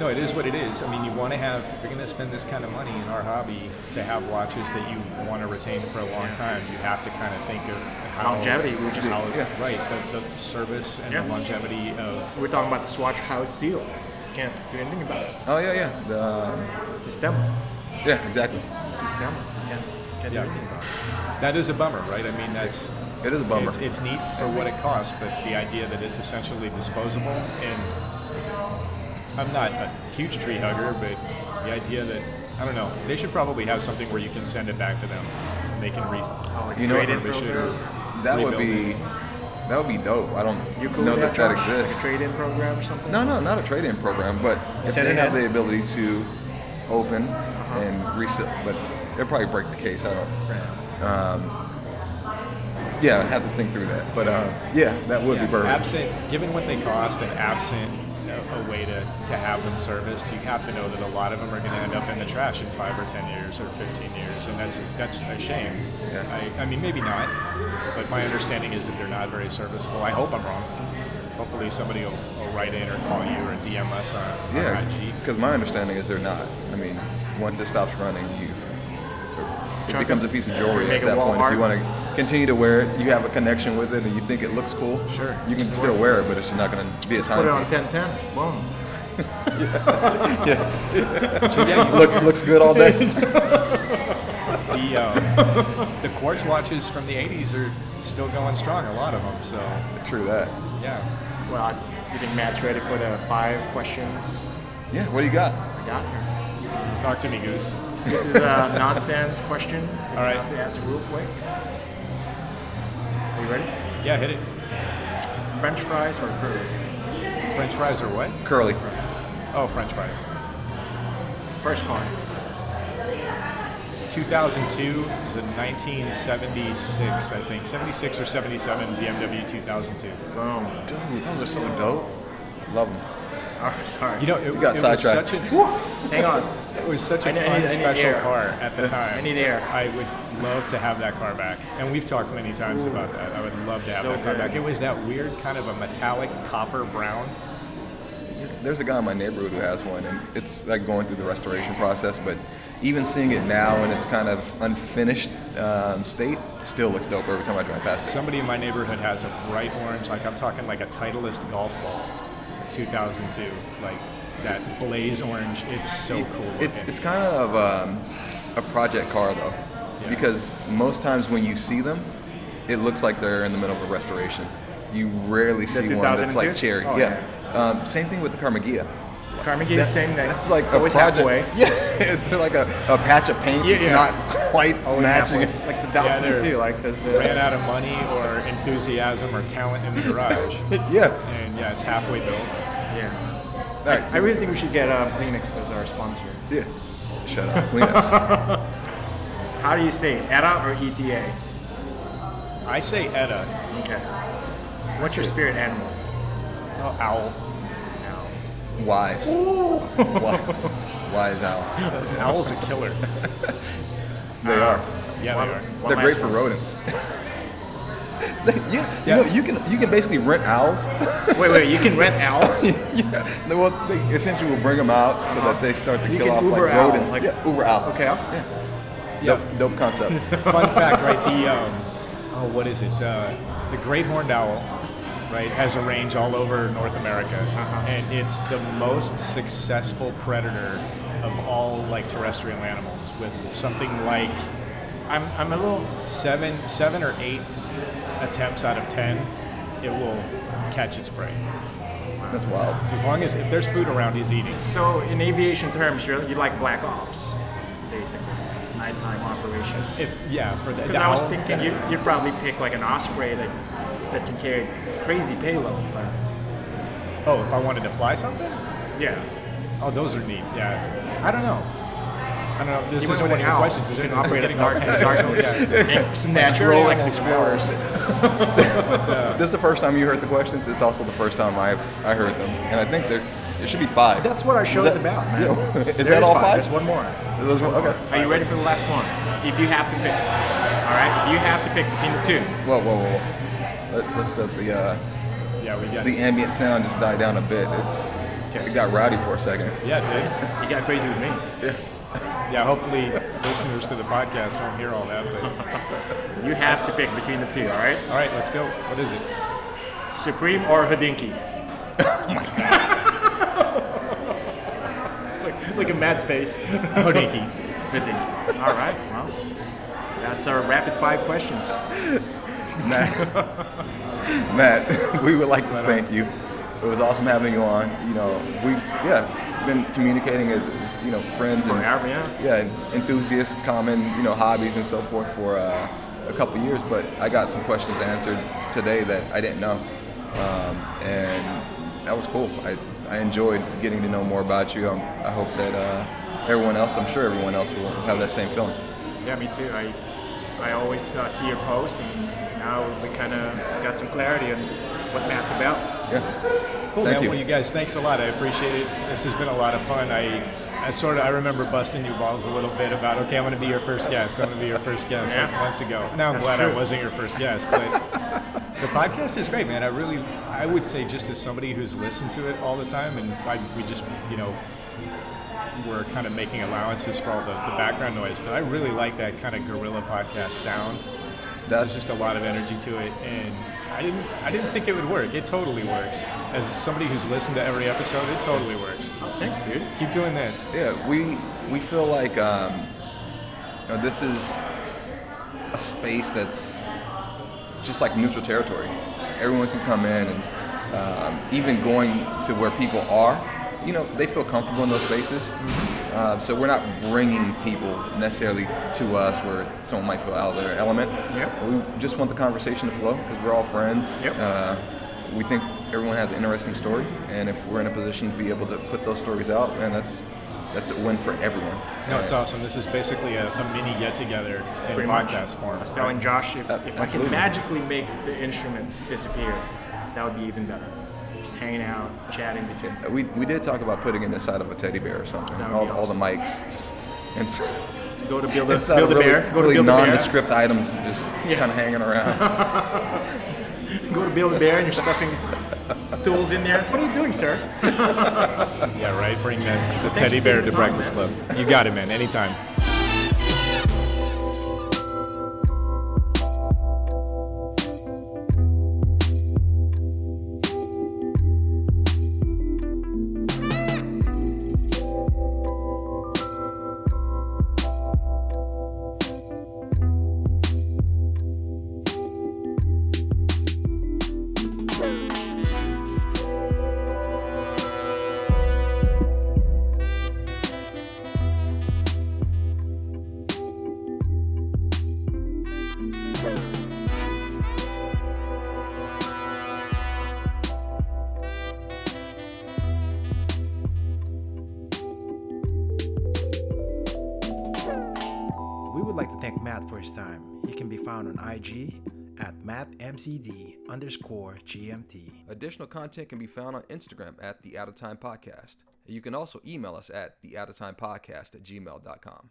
Speaker 4: No, it is what it is. I mean, you want to have, if you're going to spend this kind of money in our hobby, to have watches that you want to retain for a long time, you have to kind of think of how.
Speaker 3: Longevity, we were just-
Speaker 4: how-
Speaker 2: Yeah.
Speaker 4: Right, the, the service and
Speaker 3: Yeah.
Speaker 4: the longevity of.
Speaker 3: We're talking about the Swatch House seal. Can't do anything about it.
Speaker 2: Oh yeah, yeah, the, um,
Speaker 3: Sistema.
Speaker 2: yeah, exactly.
Speaker 3: Sistema. Can't, can't
Speaker 4: Yeah.
Speaker 3: do anything about it.
Speaker 4: That is a bummer, right? I mean, that's.
Speaker 2: It is a bummer.
Speaker 4: It's, it's neat for what it costs, but the idea that it's essentially disposable, and I'm not a huge tree hugger, but the idea that, I don't know, they should probably have something where you can send it back to them. and They can re-
Speaker 2: You know,
Speaker 4: trade in
Speaker 2: we
Speaker 4: program.
Speaker 2: that would
Speaker 4: rebuild
Speaker 2: be that would be dope. I don't
Speaker 3: You cool
Speaker 2: know
Speaker 3: with
Speaker 2: that that
Speaker 3: Josh? Like a
Speaker 2: exists.
Speaker 3: trade-in program or something?
Speaker 2: No, no, not a trade-in program, but if
Speaker 3: Send
Speaker 2: they
Speaker 3: it Uh-huh.
Speaker 2: have
Speaker 3: in.
Speaker 2: the ability to open and resell, but they'll probably break the case. I don't. Um, yeah, I have to think through that. But uh, yeah, that would be
Speaker 4: Yeah,
Speaker 2: perfect.
Speaker 4: Absent, given what they cost and absent a, a way to, to have them serviced, you have to know that a lot of them are going to end up in the trash in five or ten years or fifteen years, and that's that's a shame.
Speaker 2: Yeah.
Speaker 4: I, I mean, maybe not, but my understanding is that they're not very serviceable. I hope I'm wrong. Hopefully, somebody will, will write in or call you or DM us on, on
Speaker 2: Yeah,
Speaker 4: IG.
Speaker 2: because my understanding is they're not. I mean, once it stops running, you it
Speaker 3: Chuck
Speaker 2: becomes a piece of jewelry
Speaker 3: Make
Speaker 2: at
Speaker 3: a
Speaker 2: that
Speaker 3: wall
Speaker 2: point. If
Speaker 3: art.
Speaker 2: you want to continue to wear it, you have a connection with it, and you think it looks cool.
Speaker 4: Sure.
Speaker 2: you can still wear it, but it's just not going to be a
Speaker 3: Put it on
Speaker 2: timepiece.
Speaker 3: 1010. Boom.
Speaker 2: Look, looks good all day.
Speaker 4: The uh, the quartz watches from the '80s are still going strong. A lot of them. So
Speaker 2: True that.
Speaker 4: yeah,
Speaker 3: Well, I- you think Matt's ready for the five questions
Speaker 2: Yeah, what do you got?
Speaker 3: I got here?
Speaker 4: talk to me, Goose.
Speaker 3: This is a nonsense question. that
Speaker 4: All right.
Speaker 3: You have to answer real quick. Are you ready?
Speaker 4: Yeah, hit it.
Speaker 3: French fries or curly?
Speaker 4: French fries or what?
Speaker 2: Curly.
Speaker 4: Oh, French fries.
Speaker 3: First car.
Speaker 4: 2002 is a 1976, I think, 76 or 77 BMW 2002.
Speaker 3: Boom.
Speaker 2: Dude, those are so dope. Love them.
Speaker 3: Oh, sorry.
Speaker 4: You know, it,
Speaker 2: You got
Speaker 4: it was
Speaker 2: sidetracked.
Speaker 4: such an
Speaker 3: Hang on.
Speaker 4: it was such
Speaker 3: I
Speaker 4: an
Speaker 3: need- I need- I need
Speaker 4: unspecial
Speaker 3: air.
Speaker 4: car at the time.
Speaker 3: I need air.
Speaker 4: I would love to have that car back, and we've talked many times about that. I would love to have
Speaker 3: So
Speaker 4: that car
Speaker 3: good.
Speaker 4: back. It was that weird kind of a metallic copper brown.
Speaker 2: There's a guy in my neighborhood who has one, and it's like going through the restoration process. But even seeing it now in its kind of unfinished um, state, still looks dope every time I drive past it.
Speaker 4: Somebody in my neighborhood has a bright orange, like I'm talking like a Titleist golf ball, 2002, like that blaze orange. It's so cool.
Speaker 2: It's
Speaker 4: looking.
Speaker 2: it's kind of um, a project car though,
Speaker 4: Yeah.
Speaker 2: because most times when you see them, it looks like they're in the middle of a restoration. You rarely see one that's
Speaker 3: 2002?
Speaker 2: like cherry.
Speaker 3: Oh,
Speaker 2: yeah. Um, same thing with the Carmagia.
Speaker 3: Carmen Gay
Speaker 2: That-
Speaker 3: is saying that
Speaker 2: That's like
Speaker 3: it's
Speaker 2: a
Speaker 3: always
Speaker 2: project.
Speaker 3: halfway.
Speaker 2: Yeah, it's like a, a patch of paint
Speaker 3: Yeah,
Speaker 2: that's
Speaker 3: yeah.
Speaker 2: not quite
Speaker 3: Always
Speaker 2: matching.
Speaker 3: halfway. Like the Datsuns
Speaker 4: they're-
Speaker 3: too. Like the,
Speaker 4: ran
Speaker 3: the
Speaker 4: out of money or enthusiasm or talent in the garage.
Speaker 2: it. Yeah.
Speaker 4: and yeah, it's halfway built.
Speaker 3: yeah.
Speaker 2: All right.
Speaker 3: I really think we should get um, Kleenex as our sponsor.
Speaker 2: yeah. Shut up. Kleenex.
Speaker 3: How do you say it? ETA or E ETA?
Speaker 4: I say Etta,
Speaker 3: Okay. What's your spirit animal?
Speaker 4: oh, owl.
Speaker 2: Wise. Wise. Wise owl.
Speaker 4: Owl's a killer.
Speaker 2: They are.
Speaker 4: Yeah,
Speaker 3: One-
Speaker 4: they are.
Speaker 3: one
Speaker 2: They're
Speaker 3: last
Speaker 2: great for
Speaker 3: one.
Speaker 2: rodents. They- yeah,
Speaker 4: Yeah.
Speaker 2: You, know, you can you can basically rent owls.
Speaker 3: Wait, wait. You can rent owls.
Speaker 2: yeah, they, well, they essentially will bring them out so that they start to
Speaker 3: Uh-huh. You
Speaker 2: kill
Speaker 3: can
Speaker 2: off
Speaker 3: Uber
Speaker 2: like
Speaker 3: owl,
Speaker 2: rodent.
Speaker 3: like-
Speaker 2: yeah, Uber owl.
Speaker 3: Okay. I'll-
Speaker 4: Yeah.
Speaker 2: Dope, dope concept.
Speaker 4: Fun fact, right? The um, oh, what is it? Uh, the great horned owl, right, has a range all over North America,
Speaker 3: Uh-huh.
Speaker 4: and it's the most successful predator of all like terrestrial animals, with something like
Speaker 3: I'm, I'm a little.
Speaker 4: seven, seven or eight attempts out of ten, it will catch its prey.
Speaker 2: That's wild.
Speaker 4: As long as if there's food around, he's eating.
Speaker 3: So, in aviation terms, you're, you like black ops, basically, nighttime operation.
Speaker 4: If yeah, for the
Speaker 3: Because I was
Speaker 4: owl-
Speaker 3: thinking you, you'd probably pick like an Osprey that, that can carry crazy payload, but
Speaker 4: Oh, if I wanted to fly something?
Speaker 3: yeah.
Speaker 4: Oh, those are neat. Yeah. I don't know. I don't know. This
Speaker 3: You
Speaker 4: isn't
Speaker 3: went
Speaker 4: one of
Speaker 3: with an
Speaker 4: your
Speaker 3: owl.
Speaker 4: questions. is
Speaker 3: You
Speaker 4: it?
Speaker 3: can
Speaker 4: We're
Speaker 3: operate in
Speaker 4: getting
Speaker 3: dark,
Speaker 4: all tangential.
Speaker 3: darkness.
Speaker 4: Yeah.
Speaker 3: It's
Speaker 4: Spirit
Speaker 3: natural
Speaker 4: animals
Speaker 3: like
Speaker 4: are
Speaker 3: explorers.
Speaker 4: But, uh,
Speaker 2: This is the first time you heard the questions. It's also the first time I've I heard them, and I think they're It should be five.
Speaker 3: That's what our show is
Speaker 2: that-
Speaker 3: about, man.
Speaker 2: Yeah. Is
Speaker 3: There
Speaker 2: that all five?
Speaker 3: There's one more.
Speaker 2: Those one- okay.
Speaker 3: Are you ready for the last one? If you have to pick, all right. If you have to pick between the two,
Speaker 2: Whoa, whoa, whoa. Let, let's let the uh,
Speaker 4: Yeah, we got
Speaker 2: the ambient sound just die down a bit. It, it got rowdy for a second.
Speaker 4: Yeah, dude.
Speaker 3: you got crazy with me.
Speaker 4: Yeah, hopefully listeners to the podcast don't hear all that. But
Speaker 3: You have to pick between the two, all right?
Speaker 4: all right, let's go. What is it?
Speaker 3: Supreme or Hadinki? look, look at Matt's face. Hadinki. Hadinki. All right. Well, that's our rapid five questions.
Speaker 2: Matt, Matt, we would like to thank you. It was awesome having you on. You know, we've yeah been communicating as, as, you know friends and
Speaker 3: Forever, yeah.
Speaker 2: yeah and enthusiasts, common you know hobbies and so forth for uh, a couple years. But I got some questions answered today that I didn't know, um, and that was cool. I, I enjoyed getting to know more about you. Um, I hope that uh, everyone else, I'm sure everyone else will have that same feeling.
Speaker 3: Yeah, me too. I I always uh, see your posts, and now we kind of got some clarity on what Matt's about.
Speaker 2: Yeah.
Speaker 4: Cool,
Speaker 2: Thank
Speaker 4: man.
Speaker 2: you.
Speaker 4: Well, you guys, thanks a lot. I appreciate it. This has been a lot of fun. I, I sort of, I remember busting you balls a little bit about, okay, I'm going to be your first guest. I'm going to be your first guest like
Speaker 3: Yeah.
Speaker 4: months ago. Now I'm
Speaker 3: That's
Speaker 4: glad I
Speaker 3: true.
Speaker 4: wasn't your first guest, but the podcast is great, man. I really, I would say, just as somebody who's listened to it all the time, and I, we just, you know, we're kind of making allowances for all the, the background noise, but I really like that kind of guerrilla podcast sound.
Speaker 2: That's
Speaker 4: There's just a lot of energy to it, and I didn't I didn't think it would work. It totally works. As somebody who's listened to every episode, it totally works.
Speaker 3: Thanks, dude.
Speaker 4: Keep doing this.
Speaker 2: Yeah, we we feel like um, you know, this is a space that's just like neutral territory. Everyone can come in, and um, even going to where people are, you know, they feel comfortable in those spaces. Uh, so we're not bringing people necessarily to us where someone might feel out of their element.
Speaker 3: Yep.
Speaker 2: We just want the conversation to flow because we're all friends.
Speaker 3: Yep.
Speaker 2: Uh, we think everyone has an interesting story, and if we're in a position to be able to put those stories out, man, that's that's a win for everyone.
Speaker 4: No, it's awesome. This is basically a, a mini get together in
Speaker 3: Pretty much.
Speaker 4: podcast form.
Speaker 3: I was telling Josh if,
Speaker 2: Uh,
Speaker 3: if I could
Speaker 2: absolutely.
Speaker 3: magically make the instrument disappear, that would be even better. Just hanging out, chatting between.
Speaker 2: We, we did talk about putting it inside of a teddy bear or something.
Speaker 3: That would
Speaker 2: All,
Speaker 3: be
Speaker 2: all the mics, just ins-
Speaker 3: Go to build a,
Speaker 2: inside
Speaker 3: build a
Speaker 2: uh, really,
Speaker 3: bear. Go to
Speaker 2: really
Speaker 3: build a bear.
Speaker 2: nondescript items, just
Speaker 3: Yeah.
Speaker 2: kind of hanging around.
Speaker 3: Go to build a bear, and you're stuffing tools in there. What are you doing, sir?
Speaker 4: Yeah, right. Bring the, the
Speaker 3: Thanks
Speaker 4: teddy
Speaker 3: for
Speaker 4: bear to
Speaker 3: taking the time,
Speaker 4: Breakfast
Speaker 3: man.
Speaker 4: Club. You got it, man. Anytime.
Speaker 1: We would like to thank Matt for his time. He can be found on IG at MattMCD underscore GMT.
Speaker 2: Additional content can be found on Instagram at the Out of Time Podcast. You can also email us at the Out of Time Podcast at gmail.com.